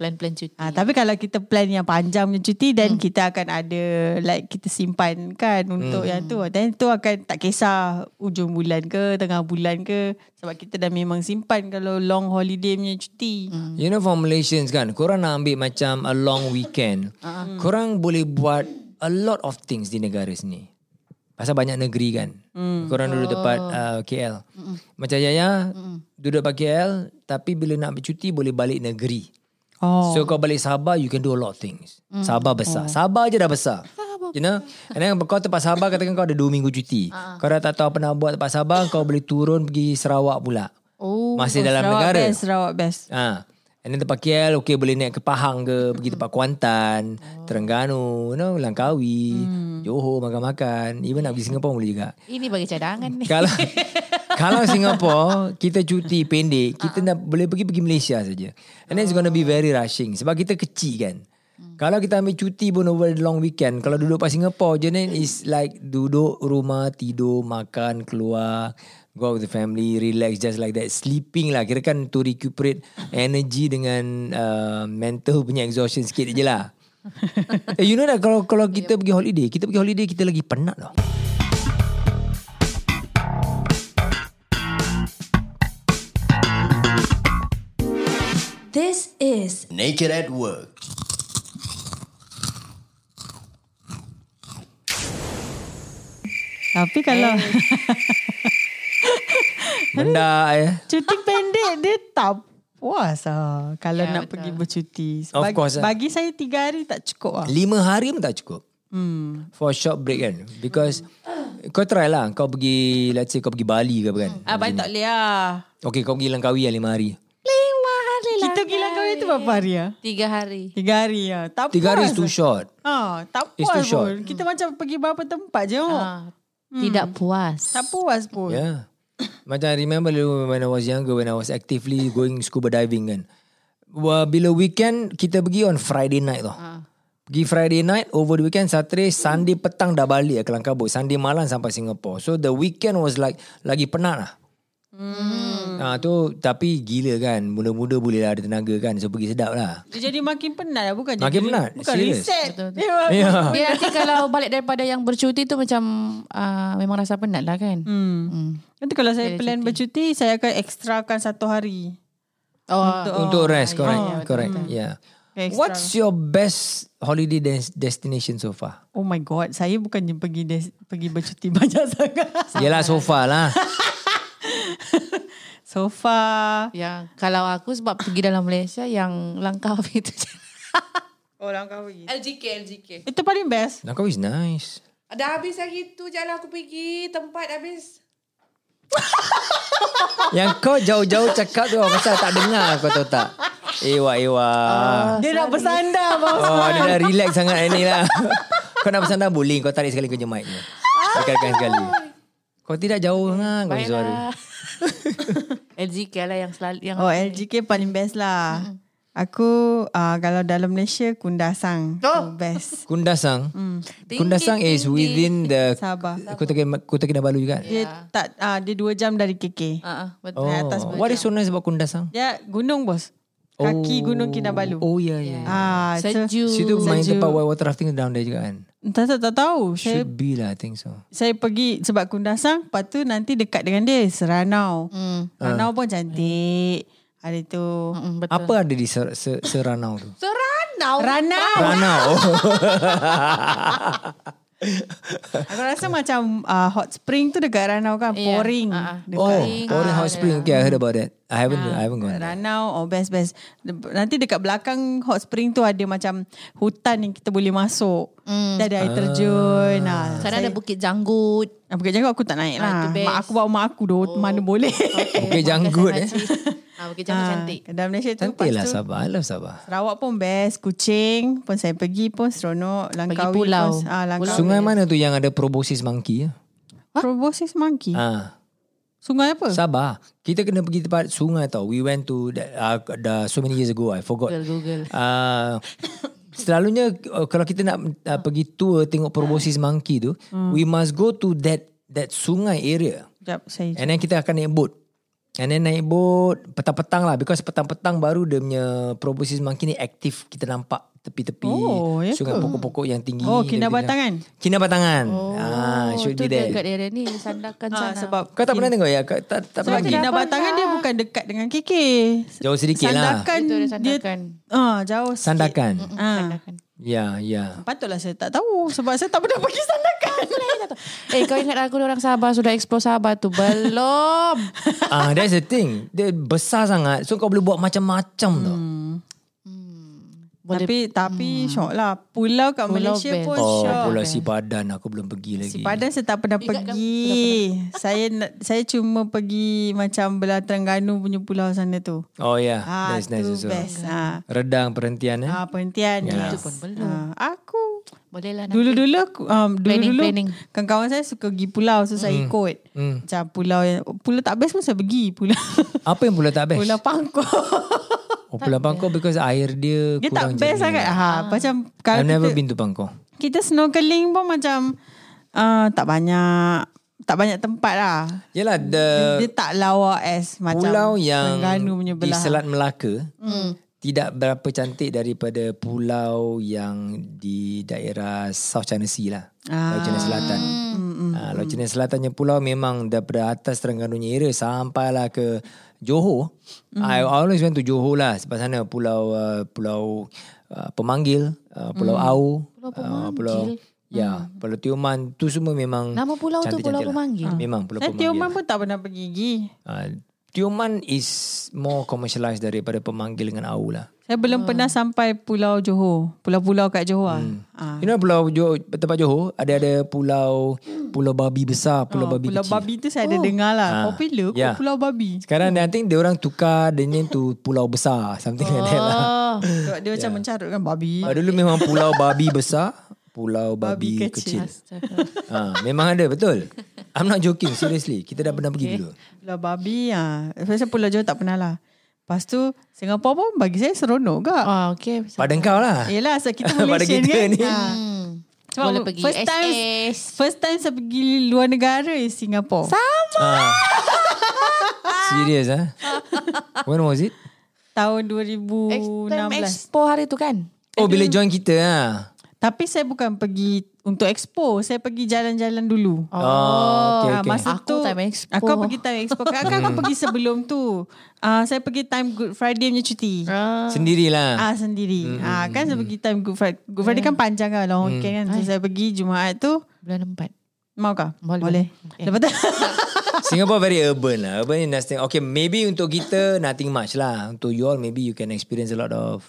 Speaker 3: Plan-plan cuti.
Speaker 4: Ah, tapi kalau kita plan yang panjang punya cuti
Speaker 3: Hmm.
Speaker 4: dan kita akan ada like kita simpan kan
Speaker 3: Hmm.
Speaker 4: untuk yang tu. Dan tu akan tak kisah ujung bulan ke tengah bulan ke sebab kita dah memang simpan kalau long holiday punya cuti.
Speaker 3: Hmm.
Speaker 2: You know for Malaysians kan, korang nak ambil macam a long weekend. Korang boleh buat a lot of things di negara sini. Pasal banyak negeri kan. Korang dulu tempat uh, KL. Macam Yaya duduk dekat KL tapi bila nak bercuti boleh balik negeri.
Speaker 4: Oh.
Speaker 2: So kau balik Sabah you can do a lot of things. Sabah besar. Sabah je dah besar. You know? And then kau tempat Sabah katakan kau ada 2 minggu cuti. Kau dah tak tahu apa nak buat tempat Sabah kau boleh turun pergi Sarawak pula.
Speaker 3: Oh.
Speaker 2: Masih dalam
Speaker 4: Sarawak
Speaker 2: negara.
Speaker 4: best, Sarawak best.
Speaker 2: Ha. And then tempat KL Okay boleh naik ke Pahang ke Pergi tempat Kuantan Terengganu you know, Langkawi Johor makan-makan Even nak pergi Singapura boleh juga
Speaker 3: Ini bagi cadangan ni.
Speaker 2: Kalau Kalau Singapura Kita cuti pendek Kita nak boleh pergi Pergi Malaysia saja And then it's gonna be very rushing Sebab kita kecil kan kalau kita ambil cuti pun over the long weekend Kalau duduk kat Singapore je ni Is like duduk rumah Tidur Makan Keluar Go out with the family Relax just like that Sleeping lah Kira kan to recuperate Energy dengan uh, Mental punya exhaustion sikit je lah eh, You know that Kalau kalau kita pergi holiday Kita pergi holiday Kita lagi penat tau
Speaker 1: This is
Speaker 5: Naked at Work.
Speaker 4: Tapi kalau
Speaker 3: Eh.
Speaker 2: Benda eh
Speaker 4: cuti pendek dia tak puas lah kalau
Speaker 3: Ya,
Speaker 4: nak
Speaker 3: betul.
Speaker 4: pergi bercuti.
Speaker 2: Of
Speaker 4: Bagi-
Speaker 2: course lah.
Speaker 4: Bagi saya tiga hari tak cukup lah.
Speaker 2: Lima hari pun tak cukup. Hmm. For a short break kan. Because kau try lah. Kau pergi, let's say kau pergi Bali ke apa kan.
Speaker 4: Ah, baik tak boleh lah.
Speaker 2: Okay kau pergi Langkawi yang lima hari.
Speaker 3: lah,
Speaker 4: Kita gila kau itu berapa hari lah?
Speaker 3: Tiga hari.
Speaker 4: Tiga hari lah. Tak
Speaker 2: Tiga hari
Speaker 4: puas.
Speaker 2: is too short.
Speaker 4: Ha, tak
Speaker 2: It's
Speaker 4: puas
Speaker 2: too short.
Speaker 4: pun. Kita macam pergi berapa tempat je. Ha.
Speaker 3: Hmm. Ah,
Speaker 2: Hmm.
Speaker 3: Tidak puas.
Speaker 4: Tak puas pun.
Speaker 2: Yeah. Ya. Macam I remember dulu when I was younger, when I was
Speaker 4: Ah.
Speaker 2: actively going scuba diving kan. Wah, Bila weekend, kita pergi on Friday night tau. Pergi Friday night over the weekend Saturday Sunday petang dah balik ke Langkabut Sunday malam sampai Singapore So the weekend was like Lagi penat lah hmm. ha, tu Tapi gila kan Muda-muda boleh lah ada tenaga kan So pergi sedap lah
Speaker 4: Dia jadi makin penat lah bukan
Speaker 2: Makin
Speaker 4: jadi,
Speaker 2: penat,
Speaker 4: Bukan
Speaker 2: serious.
Speaker 4: reset
Speaker 3: Betul, betul.
Speaker 4: Memang-
Speaker 2: Ya
Speaker 3: Dia nanti kalau balik daripada yang bercuti tu macam uh, memang rasa penat lah kan.
Speaker 4: hmm.
Speaker 3: Hmm.
Speaker 4: Nanti kalau saya plan bercuti Saya akan extrakan satu hari
Speaker 3: Oh,
Speaker 2: yeah. Untuk
Speaker 4: ya,
Speaker 2: rest Correct Correct Yeah
Speaker 4: Akan extra.
Speaker 2: What's your best holiday des- destination so far?
Speaker 4: Oh my god Saya bukannya pergi des, pergi bercuti banyak sangat
Speaker 2: Yelah so far lah
Speaker 4: So far
Speaker 3: yang ya. kalau aku sebab pergi dalam Malaysia yang langkah itu.
Speaker 4: Orang kau pergi
Speaker 3: LGK, LGK.
Speaker 4: Itu paling best
Speaker 2: Langkawi is nice
Speaker 3: Dah habis hari tu jalan lah aku pergi tempat habis.
Speaker 2: Yang kau jauh-jauh cakap tu Pasal tak dengar kau tahu tak Ewa ewa
Speaker 4: Dia nak bersandar bang.
Speaker 2: Oh dia dah relax sangat hari ni lah Kau nak pesan dah boleh Kau tarik sekali kunci mic ni Dekatkan sekali Kau tidak jauh sangat kau punya suara
Speaker 3: LGK lah yang selalu yang
Speaker 4: Oh LGK paling best lah Aku uh, Kalau dalam Malaysia Kundasang oh. Best
Speaker 2: Kundasang Kundasang is within the
Speaker 4: Sabah
Speaker 2: Kota, Kina- Kota Kinabalu juga
Speaker 4: Dia tak uh, Dia dua jam dari KK
Speaker 3: uh, betul.
Speaker 2: Oh What is so nice about Kundasang?
Speaker 4: Dia Ah. Ya, gunung bos Kaki gunung Kinabalu
Speaker 2: Oh ya ya
Speaker 4: Ah, so,
Speaker 3: Sejuk.
Speaker 2: Situ main tempat white water rafting down there juga kan
Speaker 4: tak, tak, tak tahu Saya
Speaker 2: Should be lah I think so
Speaker 4: saya pergi sebab Kundasang Lepas tu nanti dekat dengan dia Seranau
Speaker 3: Hmm.
Speaker 4: Seranau
Speaker 2: Ah.
Speaker 4: pun cantik Hari tu
Speaker 3: Mm, betul.
Speaker 2: Apa ada di ser, ser, Seranau tu?
Speaker 3: Seranau.
Speaker 4: Ranau
Speaker 2: Ranau oh.
Speaker 4: Aku rasa macam uh, hot spring tu dekat Ranau kan
Speaker 3: Yeah.
Speaker 4: Pouring
Speaker 3: Ah, ah.
Speaker 2: Oh,
Speaker 4: Dekat
Speaker 2: Orange Hot Spring. Okay, I heard about that. I haven't, I haven't gone. there.
Speaker 4: Ranau Oh best best De- Nanti dekat belakang hot spring tu Ada macam hutan yang kita boleh masuk mm.
Speaker 3: Hmm.
Speaker 4: Dia ada air terjun ah.
Speaker 3: Sana ada Bukit Janggut.
Speaker 4: Ah, Bukit Janggut aku tak naik
Speaker 3: Ah,
Speaker 4: lah
Speaker 3: tu best.
Speaker 4: Mak aku bawa mak aku doh, oh. Mana boleh
Speaker 2: Bukit Janggut, eh.
Speaker 3: Ah, Bukit Janggut cantik.
Speaker 4: Dalam Malaysia tu
Speaker 2: Cantik
Speaker 4: lepas
Speaker 2: lah
Speaker 4: tu,
Speaker 2: Sabah. I love Sabah.
Speaker 4: Sarawak pun best Kuching pun saya pergi pun seronok Langkawi
Speaker 3: pulau.
Speaker 4: pun, ah, Langkawi.
Speaker 2: Sungai mana tu yang ada proboscis monkey? Ya?
Speaker 4: Proboscis Monkey
Speaker 2: Ah,
Speaker 4: Sungai apa?
Speaker 2: Sabah. Kita kena pergi tempat sungai tau. We went to that, uh, dah so many years ago. I forgot.
Speaker 3: Google, Google.
Speaker 2: Ah, selalunya uh, kalau kita nak uh, pergi tour tengok proboscis monkey tu, we must go to that that sungai area.
Speaker 4: Sekejap saya
Speaker 2: And then kita akan naik boat. And then naik boat petang-petang lah. Because petang-petang baru dia punya proboscis monkey ni aktif. Kita nampak tepi-tepi.
Speaker 4: Oh, ya
Speaker 2: sungai pokok-pokok yang tinggi.
Speaker 4: Oh,
Speaker 2: Dia
Speaker 4: Kinabatangan
Speaker 2: punya-
Speaker 4: kan?
Speaker 2: Kinabatangan. Oh, ah, should
Speaker 3: tu
Speaker 2: be there.
Speaker 3: dekat area ni sandakan
Speaker 4: Ah,
Speaker 3: sana.
Speaker 4: sebab
Speaker 2: Kau tak pernah tengok ya? Kau, tak,
Speaker 4: sebab
Speaker 2: tak pernah pergi?
Speaker 4: Kina Batangan dia bukan dekat dengan KK.
Speaker 2: Jauh sedikit lah.
Speaker 4: Sandakan
Speaker 3: Itu dia
Speaker 4: dia
Speaker 3: sandakan.
Speaker 4: ah jauh. Sikit.
Speaker 2: Sandakan.
Speaker 4: Ah,
Speaker 3: Sandakan.
Speaker 2: Ya, ya.
Speaker 4: patutlah saya tak tahu sebab saya tak pernah pergi kan. sandakan.
Speaker 3: Eh kau ingat aku orang Sabah sudah explore Sabah tu belum.
Speaker 2: Ah, that's the thing. Dia besar sangat. So kau boleh buat macam-macam tau.
Speaker 4: Hmm, tapi tapi
Speaker 3: Hmm.
Speaker 4: syok lah. Pulau kat Malaysia
Speaker 3: best.
Speaker 4: pun
Speaker 2: Oh,
Speaker 4: syok.
Speaker 2: Pulau Sipadan aku belum pergi lagi.
Speaker 4: Si Padang saya tak pernah
Speaker 3: kan?
Speaker 4: pergi. Saya na- saya cuma pergi macam belah Terengganu punya pulau sana tu.
Speaker 2: Oh, ya. Yeah.
Speaker 4: Ah,
Speaker 2: that's nice
Speaker 4: tu
Speaker 2: also.
Speaker 4: best. Ah.
Speaker 2: Redang perhentian eh.
Speaker 4: Ah, perhentian.
Speaker 3: Itu
Speaker 4: Yes.
Speaker 3: pun belum.
Speaker 4: Ah, aku
Speaker 3: Boleh lah nak.
Speaker 4: Dulu-dulu aku, um, dulu-dulu
Speaker 3: Planning, planning.
Speaker 4: kawan-kawan saya suka pergi pulau so saya ikut. Macam pulau yang pulau tak best pun saya pergi pulau
Speaker 2: Apa yang pula tak best?
Speaker 4: pulau Pangkor.
Speaker 2: Oh, Pulau Bangkok because air dia
Speaker 4: Dia tak
Speaker 2: kurang
Speaker 4: best
Speaker 2: jernih.
Speaker 4: sangat.
Speaker 3: Ah.
Speaker 4: Ha, macam kalau
Speaker 2: I've
Speaker 4: kita,
Speaker 2: never been to Bangkok.
Speaker 4: kita snorkeling pun macam uh, tak banyak tak banyak tempat lah.
Speaker 2: Yelah, the
Speaker 4: Dia tak lawa as macam
Speaker 2: Eh, pulau yang
Speaker 4: Terengganu punya
Speaker 2: di
Speaker 4: belah.
Speaker 2: Selat Melaka
Speaker 3: Hmm.
Speaker 2: tidak berapa cantik daripada pulau yang di daerah South China Sea lah. Ah. Laut China Selatan.
Speaker 3: Hmm.
Speaker 4: Hmm,
Speaker 2: Ah, Laut China Selatannya pulau memang daripada atas Terengganu area sampailah ke Johor.
Speaker 4: Hmm.
Speaker 2: I always went to Johor lah sebab sana pulau uh, pulau uh, pemanggil, uh, pulau
Speaker 4: Hmm.
Speaker 2: mm. Au, pulau pemanggil. Uh, pulau Ya, Pulau Tioman tu semua memang
Speaker 3: Hmm. Nama pulau tu
Speaker 2: cantik-cantik
Speaker 3: Pulau
Speaker 2: lah.
Speaker 3: Pemanggil?
Speaker 2: Memang Pulau
Speaker 4: Saya
Speaker 2: Pemanggil.
Speaker 4: Tioman pun tak pernah pergi.
Speaker 2: Uh, Tioman is more commercialised daripada pemanggil dengan AU lah.
Speaker 4: Saya belum pernah sampai pulau Johor. Pulau-pulau kat Johor. Hmm. Ah.
Speaker 2: You know Pulau Johor, tempat Johor ada ada pulau pulau babi besar, pulau babi
Speaker 4: Ah, Pulau
Speaker 2: kecil.
Speaker 4: Babi tu saya ada dengar lah.
Speaker 2: Ah.
Speaker 4: Popular kot
Speaker 2: Ya.
Speaker 4: Pulau Babi.
Speaker 2: Sekarang I think dia orang tukar the name to pulau besar, something like that lah.
Speaker 3: Oh,
Speaker 4: Sebab dia
Speaker 2: Ya.
Speaker 4: macam mencarut kan babi.
Speaker 2: Uh, dulu memang pulau babi besar, pulau babi,
Speaker 4: Babi kecil.
Speaker 2: kecil.
Speaker 3: astaga.
Speaker 2: Ha, memang ada betul. I'm not joking seriously. Kita dah pernah pergi dulu.
Speaker 4: Pulau babi ah. Ha. Saya pulau Johor tak pernah lah. Lepas tu Singapura pun bagi saya seronok kak.
Speaker 3: Ah, okay.
Speaker 2: Pada kau lah.
Speaker 4: Yelah sebab kita
Speaker 2: Pada
Speaker 4: Malaysian
Speaker 2: kita
Speaker 4: kan.
Speaker 2: ni.
Speaker 4: Ha.
Speaker 3: Hmm.
Speaker 4: Sebab
Speaker 3: Boleh pergi
Speaker 4: first time
Speaker 3: SS.
Speaker 4: first time saya pergi luar negara is Singapura.
Speaker 2: Ah. Serious ah. When was it?
Speaker 4: tahun
Speaker 3: Time
Speaker 4: 2016.
Speaker 3: expo hari tu kan?
Speaker 2: Oh bila join kita ah.
Speaker 4: Tapi saya bukan pergi untuk expo, saya pergi jalan-jalan dulu.
Speaker 2: Oh, oh okay,
Speaker 4: Ah,
Speaker 2: okay.
Speaker 4: masa
Speaker 3: Aku
Speaker 4: tu
Speaker 3: time expo.
Speaker 4: Aku pergi time expo Kakak aku
Speaker 2: Hmm.
Speaker 4: pergi sebelum tu Ah, Saya pergi time Good Friday punya cuti
Speaker 2: Hmm.
Speaker 3: Ah.
Speaker 2: Sendirilah.
Speaker 4: Ah
Speaker 2: Hmm,
Speaker 4: sendiri. Mm. Ah kan saya pergi time Good Friday. Good Friday kan panjang kan long weekend kan. So, saya pergi Jumaat tu
Speaker 3: Bulan empat.
Speaker 4: mau kah?
Speaker 3: Boleh.
Speaker 4: Boleh.
Speaker 3: Okay.
Speaker 4: Lepas tu
Speaker 2: Singapore very urban lah. Urban in nothing. Okay, maybe untuk kita nothing much lah. Untuk you all maybe you can experience a lot of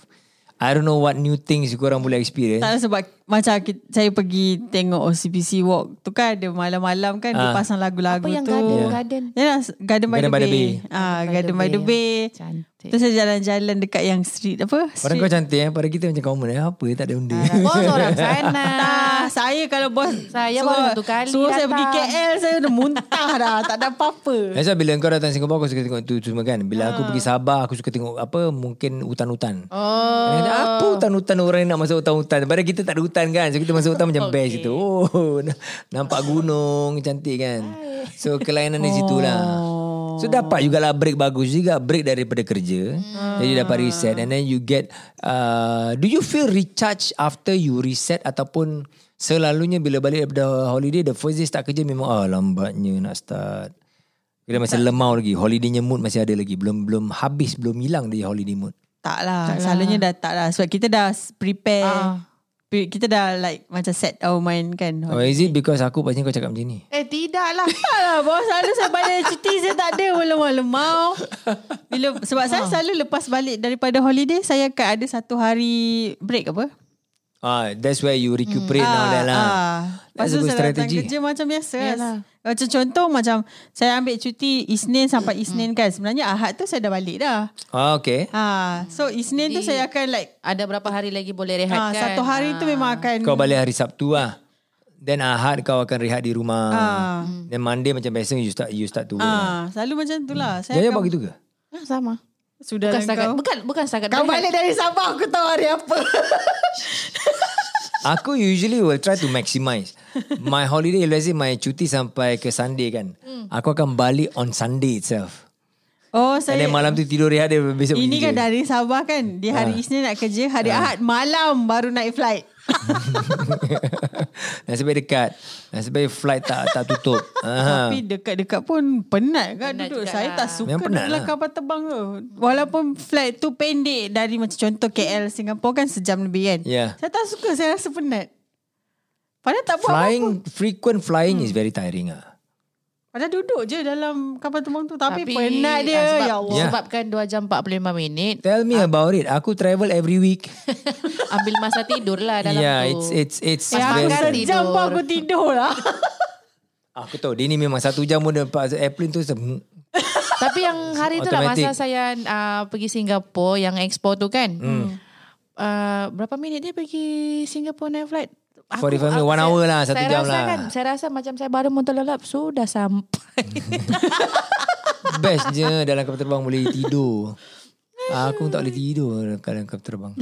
Speaker 2: I don't know what new things you korang boleh experience.
Speaker 4: tak tahu sebab macam ki- saya pergi tengok OCBC walk tu kan ada malam-malam kan dia
Speaker 2: Ah.
Speaker 4: pasang lagu-lagu
Speaker 3: Apa yang
Speaker 4: tu.
Speaker 3: garden?
Speaker 2: Yeah.
Speaker 3: Garden.
Speaker 4: Ya, Garden by, the,
Speaker 2: Garden by the
Speaker 4: Bay.
Speaker 2: Bay.
Speaker 4: Ah, Garden by the Bay.
Speaker 3: Cantik.
Speaker 4: Tu saya jalan-jalan dekat yang street apa?
Speaker 2: Pada
Speaker 4: Street.
Speaker 2: kau cantik eh. Pada kita macam common eh. Apa tak ada benda.
Speaker 3: Bos orang Oh, sana.
Speaker 4: Ah, saya kalau bos
Speaker 3: Saya
Speaker 4: suruh-
Speaker 3: baru satu kali
Speaker 4: Suruh saya pergi
Speaker 3: datang.
Speaker 4: KL Saya dah muntah dah Tak ada apa-apa
Speaker 2: That's why bila kau datang Singapura Aku suka tengok tu semua kan Bila aku pergi Sabah Aku suka tengok apa Mungkin hutan-hutan oh. kata, Apa hutan-hutan orang ni nak masuk hutan-hutan Padahal kita tak ada hutan kan So kita masuk hutan macam best gitu Oh na- Nampak gunung Cantik kan So kelainan di situ lah So dapat jugalah break bagus juga Break daripada kerja Jadi dapat reset And then you get uh, Do you feel recharged after you reset Ataupun Selalunya bila balik daripada holiday The first day start kerja memang Ah lambatnya nak start kita masih lemau lagi. Holidaynya mood masih ada lagi. Belum belum habis, belum hilang dari holiday mood.
Speaker 4: Tak lah Selalunya dah tak lah Sebab kita dah s- prepare
Speaker 3: Ah.
Speaker 4: Pre- Kita dah like Macam set our mind kan
Speaker 2: Oh, is it because aku pasal kau cakap macam ni?
Speaker 3: Eh tidak lah.
Speaker 4: Tak lah bos Selalu saya balik cuti Saya tak ada Melemau-lemau Bila, Sebab saya selalu lepas balik Daripada holiday Saya akan ada satu hari Break apa
Speaker 2: Ah, that's where you recuperate hmm. now that lah.
Speaker 4: Ah. Lepas
Speaker 2: That's
Speaker 4: tu
Speaker 2: a good
Speaker 4: saya datang
Speaker 2: strategy.
Speaker 4: kerja macam biasa. Yalah. Macam contoh macam saya ambil cuti Isnin sampai Isnin kan. Sebenarnya Ahad tu saya dah balik dah.
Speaker 2: Ah, okay.
Speaker 4: Ha, so Isnin tu saya akan like
Speaker 3: Ada berapa hari lagi boleh rehat
Speaker 4: ha,
Speaker 3: kan?
Speaker 4: satu hari tu memang akan
Speaker 2: Kau balik hari Sabtu lah. Then Ahad kau akan rehat di rumah. Ah. Then Monday macam biasa you start you start to work.
Speaker 4: ha,
Speaker 2: Ah.
Speaker 4: selalu macam tu lah. Saya
Speaker 2: Jaya
Speaker 4: akan,
Speaker 2: buat gitu ke?
Speaker 3: Ah, sama.
Speaker 4: sudah
Speaker 3: Bukan
Speaker 4: lah
Speaker 3: setakat,
Speaker 4: kau.
Speaker 3: bukan, bukan setakat.
Speaker 4: Kau
Speaker 3: rehat.
Speaker 4: balik dari Sabah aku tahu hari apa.
Speaker 2: Aku usually will try to maximize my holiday. Let's say my cuti sampai ke Sunday kan. Hmm. Aku akan balik on Sunday itself.
Speaker 4: Oh
Speaker 2: And
Speaker 4: saya
Speaker 2: then malam tu tidur rehat dia besok
Speaker 4: ini
Speaker 2: pergi
Speaker 4: kan
Speaker 2: kerja.
Speaker 4: dari Sabah kan. Di
Speaker 2: Ah.
Speaker 4: hari Isnin nak kerja, hari Ahad malam baru naik flight.
Speaker 2: Ah. Nasib baik dekat. Nasib baik flight tak tak tutup. Aha.
Speaker 4: Tapi dekat-dekat pun penat kan penat
Speaker 3: Penat
Speaker 4: duduk.
Speaker 3: juga
Speaker 4: Saya
Speaker 3: lah.
Speaker 4: tak suka
Speaker 2: Memang
Speaker 4: duduk
Speaker 2: penat
Speaker 4: dalam
Speaker 2: lah.
Speaker 4: kapal terbang tu. Walaupun flight tu pendek dari macam contoh KL Singapura kan sejam lebih kan.
Speaker 2: Yeah.
Speaker 4: Saya tak suka, saya rasa penat. Padahal tak buat apa-apa.
Speaker 2: Flying frequent flying is very tiring ah.
Speaker 4: Padahal duduk je dalam kapal terbang tu. Tapi,
Speaker 3: Tapi,
Speaker 4: penat dia.
Speaker 3: ah, sebab,
Speaker 4: ya Allah.
Speaker 2: Ya.
Speaker 3: Sebabkan 2 jam 45 minit.
Speaker 2: Tell me about it. Aku travel every week.
Speaker 3: ambil masa tidur lah dalam
Speaker 2: yeah,
Speaker 3: tu.
Speaker 2: it's it's it's
Speaker 4: Ya, aku
Speaker 2: very
Speaker 3: makan
Speaker 2: tiring.
Speaker 3: tidur.
Speaker 4: sejam pun aku tidur lah.
Speaker 2: Aku tahu dia ni memang satu jam pun dapat airplane tu se-
Speaker 3: Tapi yang hari tu lah
Speaker 2: Automatic.
Speaker 3: masa saya uh, pergi Singapura yang expo tu kan. Hmm. Uh, berapa minit dia pergi Singapura naik flight?
Speaker 2: 45 minit, one
Speaker 3: saya-
Speaker 2: hour lah, satu
Speaker 3: saya
Speaker 2: jam
Speaker 3: rasa
Speaker 2: lah.
Speaker 3: Kan, saya rasa macam saya baru mau terlelap. Sudah sampai.
Speaker 2: best je dalam kapal terbang boleh tidur. Aku tak boleh tidur dalam kapal terbang.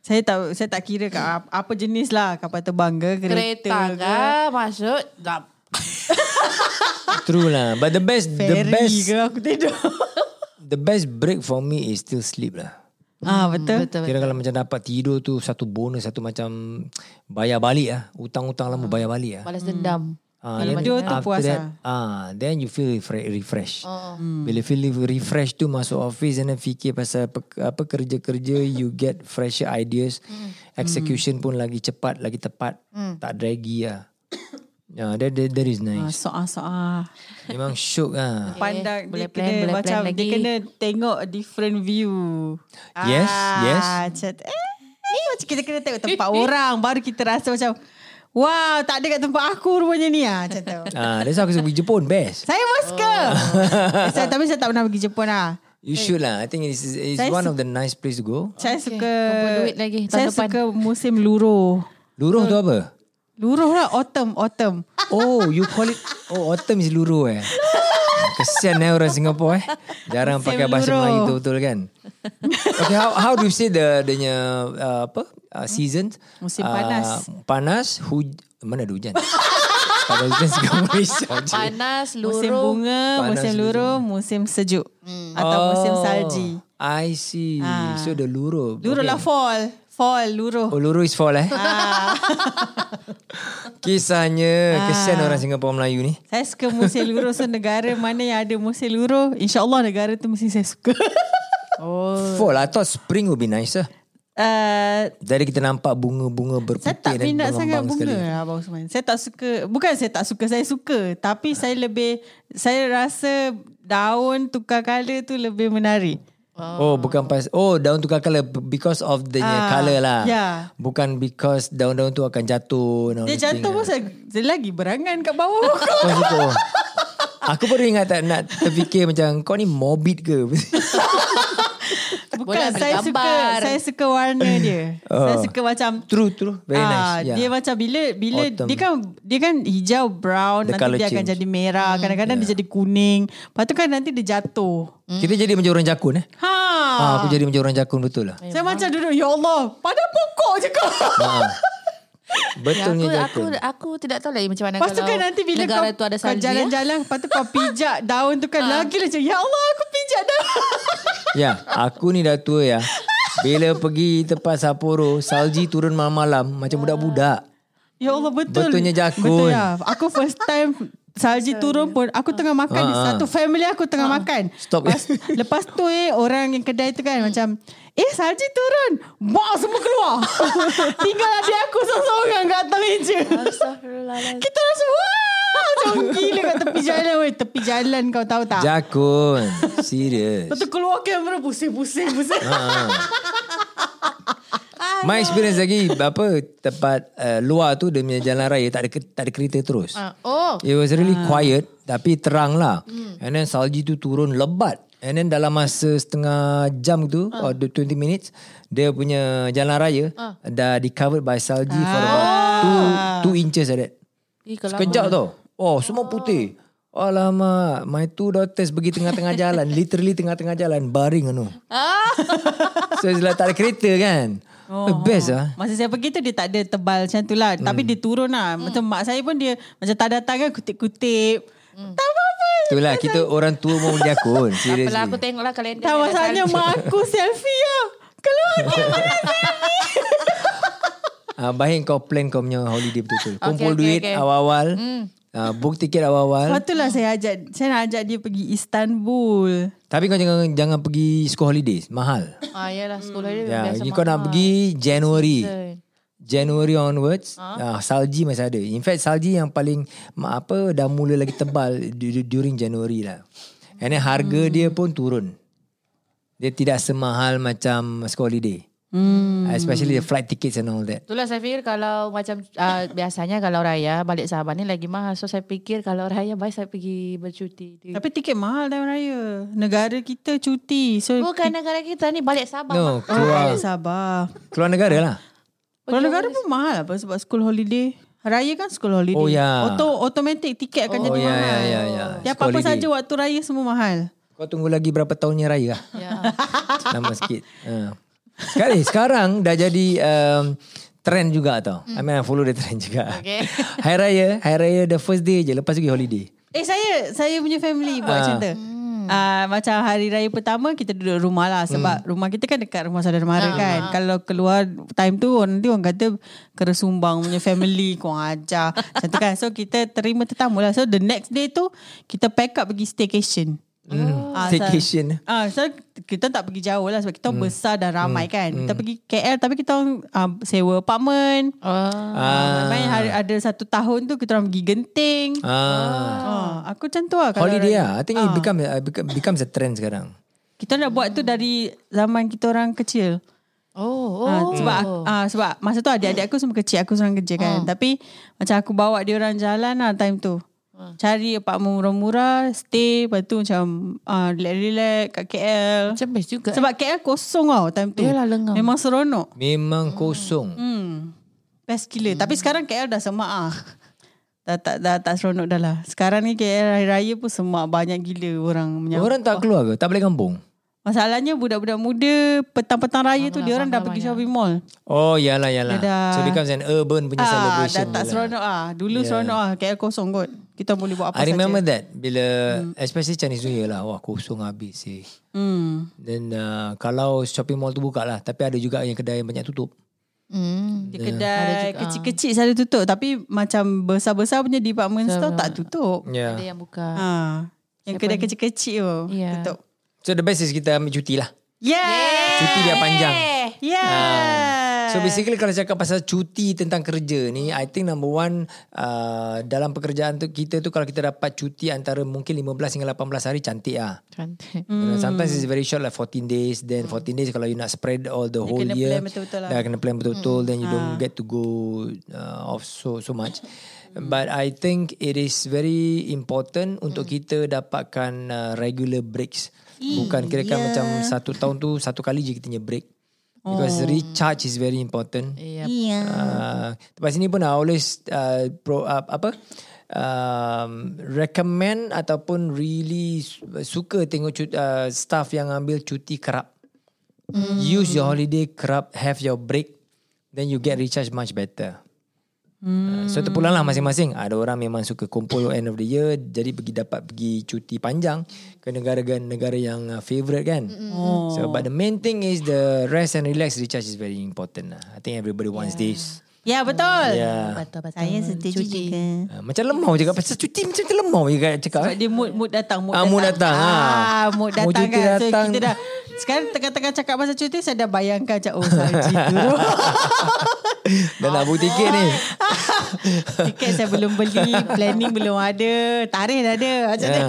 Speaker 4: saya tak saya tak kira kat ap- apa jenis lah kapal terbang ke kereta,
Speaker 3: Kereta
Speaker 4: ke.
Speaker 3: kah masuk. Dah.
Speaker 2: True lah. But the best the
Speaker 4: Ferry
Speaker 2: best
Speaker 4: ke aku tidur.
Speaker 2: the best break for me is still sleep lah.
Speaker 4: ah betul.
Speaker 3: Hmm, Betul.
Speaker 2: Kira kalau macam dapat tidur tu satu bonus satu macam bayar balik ah utang-utang lama bayar balik ah.
Speaker 3: Balas dendam.
Speaker 2: Ah,
Speaker 4: Kalau
Speaker 2: then
Speaker 4: tidur tu
Speaker 2: after
Speaker 4: puas
Speaker 2: that,
Speaker 4: lah. Oh.
Speaker 2: ah, then you feel refre- refresh. Bila feel re- refresh tu masuk office and then fikir pasal pe- apa kerja-kerja you get fresher ideas.
Speaker 4: Hmm.
Speaker 2: Execution pun lagi cepat, lagi tepat. Tak draggy lah. yeah, that, that, that is
Speaker 4: Ah,
Speaker 2: nice.
Speaker 4: soa-soa.
Speaker 2: Memang syok ah.
Speaker 4: pandang
Speaker 3: boleh
Speaker 4: boleh dia
Speaker 3: plan,
Speaker 4: kena
Speaker 3: boleh plan
Speaker 4: macam dia
Speaker 3: lagi.
Speaker 4: kena tengok a different view. Ah,
Speaker 2: Yes, yes.
Speaker 4: Macam eh, eh macam kita kena tengok tempat orang baru kita rasa macam wow, tak ada kat tempat aku rupanya ni ah macam tu.
Speaker 2: Ah, that's how aku suka pergi Jepun best.
Speaker 4: Saya pun suka.
Speaker 3: Oh.
Speaker 4: Eh, saya, tapi saya tak pernah pergi Jepun lah.
Speaker 2: You should lah. I think it's, it's
Speaker 4: Saya
Speaker 2: one of the nice place to go.
Speaker 4: Saya okay, suka
Speaker 3: kumpul duit lagi tahun
Speaker 4: Saya
Speaker 3: depan.
Speaker 4: suka musim luruh.
Speaker 2: Luruh tu apa?
Speaker 4: Luruh lah autumn, autumn.
Speaker 2: Oh, you call it Oh, autumn is luruh eh. Kesian eh orang Singapore eh. Jarang pakai bahasa
Speaker 4: Semeluruh.
Speaker 2: Melayu betul-betul kan. Okay, how how do you say the the uh, apa? Uh, season
Speaker 4: Musim panas.
Speaker 2: Panas, huj mana ada hujan. Pada hujan Singapura Malaysia. je.
Speaker 3: Panas,
Speaker 4: Musim
Speaker 3: luruh.
Speaker 4: bunga,
Speaker 2: Panas
Speaker 4: musim
Speaker 2: bunga.
Speaker 4: luruh, musim sejuk. Hmm. Atau musim salji.
Speaker 2: Oh, I see. So the luruh.
Speaker 4: Luruh lah Ah. fall. Fall, luruh.
Speaker 2: Oh, luruh is fall eh. Kisahnya
Speaker 4: Ah.
Speaker 2: kesian orang Singapura Melayu ni.
Speaker 4: Saya suka musim luruh. So negara mana yang ada musim luruh, insyaAllah negara tu mesti saya suka. Oh.
Speaker 2: Fall. I thought spring would be nicer.
Speaker 4: uh,
Speaker 2: Dari kita nampak bunga-bunga berputih
Speaker 4: saya tak
Speaker 2: dan
Speaker 4: minat sangat
Speaker 2: mengembang
Speaker 4: bunga
Speaker 2: sekali.
Speaker 4: lah Abang Usman. Saya tak suka. Bukan saya tak suka, saya suka. Tapi saya lebih, saya rasa daun tukar colour tu lebih menarik.
Speaker 2: Oh, bukan pas Oh, daun tukar colour because of the
Speaker 4: Ah,
Speaker 2: colour lah.
Speaker 4: yeah.
Speaker 2: Bukan because daun-daun tu akan jatuh. and all
Speaker 4: Dia
Speaker 2: this thing
Speaker 4: jatuh pun
Speaker 2: lah.
Speaker 4: saya, dia lagi berangan kat bawah.
Speaker 2: Kau suka. Oh. Aku baru ingat tak nak terfikir macam kau ni morbid ke?
Speaker 4: Bukan,
Speaker 3: Boleh ambil
Speaker 4: saya suka
Speaker 3: gambar.
Speaker 4: saya suka warna dia.
Speaker 2: Oh.
Speaker 4: Saya suka macam
Speaker 2: true, true. Very
Speaker 4: Ah,
Speaker 2: nice. Ya. Yeah.
Speaker 4: Dia macam bila bila
Speaker 2: Autumn.
Speaker 4: dia kan dia kan hijau brown
Speaker 2: The colour
Speaker 4: nanti dia akan
Speaker 2: change.
Speaker 4: jadi merah,
Speaker 3: Hmm.
Speaker 4: kadang-kadang dia jadi kuning. Lepas tu kan nanti dia jatuh.
Speaker 2: Hmm. Kita jadi macam orang jakun eh.
Speaker 4: Ha.
Speaker 2: Ah, aku jadi macam orang jakun betul lah.
Speaker 4: Saya macam duduk ya Allah, pada pokok je kau.
Speaker 2: Ah.
Speaker 3: Ya,
Speaker 2: Betulnya
Speaker 3: aku, aku,
Speaker 2: jakun.
Speaker 3: aku tidak tahu lagi macam mana
Speaker 4: Lepas tu
Speaker 3: kalau
Speaker 4: kan nanti bila
Speaker 3: negara
Speaker 4: kau,
Speaker 3: tu ada Ah.
Speaker 4: kau
Speaker 3: salji. ya.
Speaker 4: jalan-jalan, lepas tu kau pijak daun tu kan lagi lah macam ya Allah aku pijak dah.
Speaker 2: Ya, aku ni dah tua ya. Bila pergi tempat Sapporo, salji turun malam-malam macam budak-budak.
Speaker 4: Ya Allah betul.
Speaker 2: Betulnya jakun.
Speaker 4: Betul ya. Aku first time salji turun pun aku tengah makan di
Speaker 2: Ha, ha.
Speaker 4: satu family aku tengah makan.
Speaker 2: Ah, Stop.
Speaker 4: Lepas, lepas tu eh orang yang kedai tu kan macam eh salji turun. Bawa semua keluar. Tinggal adik aku seorang-seorang kat atas meja.
Speaker 3: Astagfirullahaladzim.
Speaker 4: Kita rasa wah macam gila kat tepi jalan weh. Tepi jalan kau tahu tak?
Speaker 2: Jakun. Serius.
Speaker 4: Lepas tu keluar kamera pusing-pusing pusing.
Speaker 2: Ah. My experience lagi apa tempat uh, luar tu dia punya jalan raya tak ada ke- tak ada kereta terus.
Speaker 3: Ah, Oh,
Speaker 2: It was really quiet tapi terang lah. And then salji tu turun lebat. And then dalam masa setengah jam tu or the 20 minutes dia punya jalan raya dah di covered by salji for about 2 2 inches like that.
Speaker 3: Eh, kalau
Speaker 2: Sekejap tau. Oh, semua putih. Alamak, my two daughters pergi tengah-tengah jalan. Literally tengah-tengah jalan. Baring anu. so, it's like tak ada kereta kan. Oh, best lah.
Speaker 4: Masa saya pergi tu dia tak ada tebal macam tu lah. Tapi
Speaker 2: Hmm.
Speaker 4: dia turun lah. Macam mak saya pun dia macam tak datang kan kutip-kutip.
Speaker 2: Hmm.
Speaker 4: Tak apa-apa.
Speaker 2: Itulah, kita orang tua mau menjakun. Seriously.
Speaker 3: Apalah aku tengoklah kalender.
Speaker 4: Tak
Speaker 3: dia ada
Speaker 4: masalahnya
Speaker 3: salji.
Speaker 4: mak aku selfie lah. Kalau aku
Speaker 2: Ah, baik kau plan kau punya holiday betul-betul. Kumpul
Speaker 3: okay,
Speaker 2: duit
Speaker 3: okay. Hmm.
Speaker 2: awal-awal. Ah, book tiket awal-awal.
Speaker 4: Lepas tu lah saya ajak Saya nak ajak dia pergi Istanbul
Speaker 2: Tapi kau jangan jangan pergi school holidays. Mahal.
Speaker 3: Ah, yalah, sekolah dia
Speaker 2: Ya,
Speaker 3: biasa
Speaker 2: you kau nak
Speaker 3: mahal.
Speaker 2: pergi Januari.
Speaker 3: Betul. Ha?
Speaker 2: January onwards uh, salji masih ada. In fact salji yang paling ma- apa dah mula lagi tebal du- du- during January lah. And then harga
Speaker 3: Hmm.
Speaker 2: dia pun turun. Dia tidak semahal macam school holiday. Hmm. Especially the flight tickets and all that.
Speaker 3: Itulah saya fikir kalau macam uh, biasanya kalau raya balik Sabah ni lagi mahal. So saya fikir kalau raya baik saya pergi bercuti.
Speaker 4: Tapi tiket mahal tahun raya Negara kita cuti So
Speaker 3: Bukan negara kita ni balik Sabah. No.
Speaker 2: No,
Speaker 4: Oh,
Speaker 2: Oh. keluar,
Speaker 4: Sabar
Speaker 2: keluar negara lah.
Speaker 4: Kalau negara pun mahal lah Sebab school holiday Raya kan school holiday
Speaker 2: Oh, ya.
Speaker 4: Auto, Automatic tiket akan jadi
Speaker 2: Oh, ya,
Speaker 4: mahal
Speaker 2: ya, ya, ya.
Speaker 4: Dia
Speaker 2: School
Speaker 4: apa-apa
Speaker 2: holiday.
Speaker 4: saja waktu raya semua mahal
Speaker 2: Kau tunggu lagi berapa tahunnya raya lah.
Speaker 3: Ya.
Speaker 2: Lama sikit. Ha. Sekali sekarang dah jadi um, trend juga tau.
Speaker 4: Hmm.
Speaker 2: I mean I follow the trend juga.
Speaker 3: Okay.
Speaker 2: Hari Raya, Hari Raya the first day je lepas pergi holiday.
Speaker 4: Eh saya saya punya family buat
Speaker 2: Ah.
Speaker 4: macam tu. Ah macam hari raya pertama kita duduk rumah lah sebab rumah kita kan dekat rumah saudara mara kan. Kalau keluar time tu orang nanti orang kata kena sumbang punya family kau ajar. Macam tu kan. So kita terima tetamu lah. So the next day tu kita pack up pergi staycation.
Speaker 2: Hmm.
Speaker 4: Ah,
Speaker 2: Staycation.
Speaker 4: Ah, so kita tak pergi jauh lah sebab kita hmm. besar dan ramai hmm. kan. Kita pergi KL tapi kita orang ah, sewa apartment.
Speaker 3: Oh.
Speaker 4: Ah.
Speaker 2: Ah.
Speaker 4: Main hari ada satu tahun tu kita orang pergi genting.
Speaker 2: Ah.
Speaker 4: Ah, aku macam tu lah Oh. kalau
Speaker 2: Holiday
Speaker 4: raya.
Speaker 2: lah. I think it become, uh, become becomes a trend sekarang.
Speaker 4: Kita nak buat tu dari zaman kita orang kecil. Oh.
Speaker 3: Oh. oh.
Speaker 4: sebab ah, sebab masa tu adik-adik aku semua kecil, aku seorang kecil
Speaker 3: Ah.
Speaker 4: kan. Tapi macam aku bawa dia orang jalan lah time tu.
Speaker 3: Ah.
Speaker 4: Cari apartment murah-murah, stay, lepas tu macam ah, relax-relax kat KL.
Speaker 3: Macam best juga.
Speaker 4: Sebab KL kosong tau time tu.
Speaker 3: Yalah, lengang.
Speaker 4: Memang seronok. Hmm.
Speaker 2: Memang kosong.
Speaker 3: Hmm.
Speaker 4: Best gila. Tapi sekarang KL dah semak ah. Dah tak, dah tak seronok dah lah. Sekarang ni KL Raya-Raya pun semak banyak gila orang menyambut.
Speaker 2: Orang tak keluar ke? Tak balik kampung?
Speaker 4: Masalahnya budak-budak muda petang-petang raya tu dia orang dah pergi shopping mall.
Speaker 2: Oh, yalah, yalah.
Speaker 4: Dia dah-
Speaker 2: So, becomes an urban punya
Speaker 4: Ah,
Speaker 2: celebration.
Speaker 4: dah tak
Speaker 2: pula.
Speaker 4: seronok ah. Dulu yeah. seronok ah. KL kosong kot. Kita boleh buat apa
Speaker 2: I remember
Speaker 4: saja.
Speaker 2: that bila especially Chinese New Year lah wah kosong habis eh. sih.
Speaker 4: Hmm.
Speaker 2: Then uh, kalau shopping mall tu buka lah tapi ada juga yang kedai yang banyak tutup.
Speaker 3: Hmm.
Speaker 4: Dia kedai ah. kecil-kecil selalu tutup tapi macam besar-besar punya department store tak tutup.
Speaker 2: Ya.
Speaker 3: Ada
Speaker 2: Yeah.
Speaker 3: yang buka.
Speaker 4: Ha. Yang kedai kecil-kecil tu
Speaker 3: Yeah.
Speaker 4: tutup.
Speaker 2: So the best is kita ambil cuti lah.
Speaker 4: Yeah.
Speaker 2: Cuti dia panjang.
Speaker 4: Ah. Yeah.
Speaker 2: So basically kalau cakap pasal cuti tentang kerja ni I think number one uh, Dalam pekerjaan tu Kita tu kalau kita dapat cuti Antara mungkin 15 hingga 18 hari Cantik lah
Speaker 3: Cantik.
Speaker 2: Mm. Sometimes
Speaker 4: Hmm.
Speaker 2: it's very short like 14 days then 14 days kalau you nak spread all the whole
Speaker 4: kena
Speaker 2: year.
Speaker 4: plan betul-betul lah. Ah.
Speaker 2: Dah kena plan betul-betul then you don't get to go uh, off so so much.
Speaker 4: Hmm.
Speaker 2: But I think it is very important untuk kita dapatkan uh, regular breaks. Bukan kira
Speaker 4: ya.
Speaker 2: kan macam satu tahun tu satu kali je kita punya break.
Speaker 4: Oh.
Speaker 2: Because recharge is very important.
Speaker 4: Eh,
Speaker 3: Ya.
Speaker 2: Uh, tempat sini pun I always uh, pro, uh, apa um, recommend ataupun really su- suka tengok cut, uh, staff yang ambil cuti kerap. Mm. Use your holiday kerap, have your break, then you get recharge much better. Uh, So terpulang lah masing-masing Ada orang memang suka kumpul end of the year Jadi pergi dapat pergi cuti panjang Ke negara-negara yang uh, favourite kan oh. So but the main thing is The rest and relax recharge is very important lah I think everybody wants yeah. this
Speaker 4: Ya yeah, betul.
Speaker 2: yeah.
Speaker 3: Betul-betul. Saya setuju cuti. juga.
Speaker 2: uh, Macam lemau je Kak. Pasal cuti macam macam lemau je Kak cakap
Speaker 4: Sebab
Speaker 2: eh.
Speaker 4: dia mood mood datang mood
Speaker 2: Ah,
Speaker 4: datang.
Speaker 2: mood datang, ah.
Speaker 4: Ah, mood
Speaker 2: Mood
Speaker 4: datang
Speaker 2: cuti
Speaker 4: kan. So
Speaker 2: datang.
Speaker 4: kita dah sekarang tengah-tengah cakap pasal cuti saya dah bayangkan macam oh salji tu.
Speaker 2: Dah nak buat tiket ni
Speaker 4: Tiket saya belum beli, planning belum ada, tarikh dah ada. Macam yeah.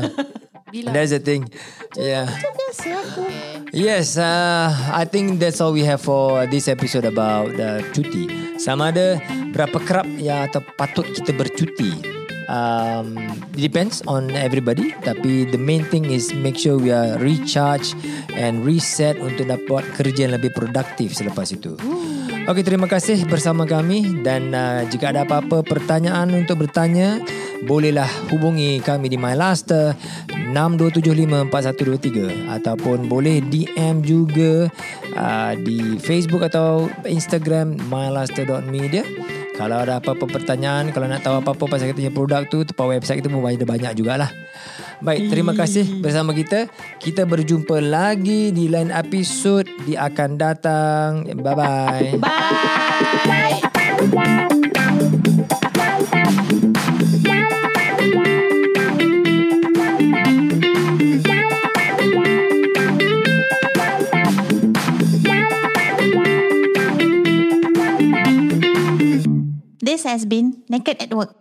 Speaker 2: yeah. Ah. That's the thing Yeah Yes, uh, I think that's all we have for this episode about uh, cuti. Sama ada berapa kerap yang atau patut kita bercuti. Um, it depends on everybody Tapi the main thing is Make sure we are recharge And reset Untuk dapat kerja yang lebih produktif Selepas itu Okey terima kasih bersama kami Dan uh, jika ada apa-apa pertanyaan Untuk bertanya Bolehlah hubungi kami di MyLaster 62754123 Ataupun boleh DM juga uh, Di Facebook atau Instagram mylaster.media kalau ada apa-apa pertanyaan Kalau nak tahu apa-apa pasal kita punya produk tu Tempat website kita pun ada banyak jugalah Baik, terima kasih bersama kita Kita berjumpa lagi di lain episod Di akan datang Bye-bye
Speaker 1: This has been Naked at Work.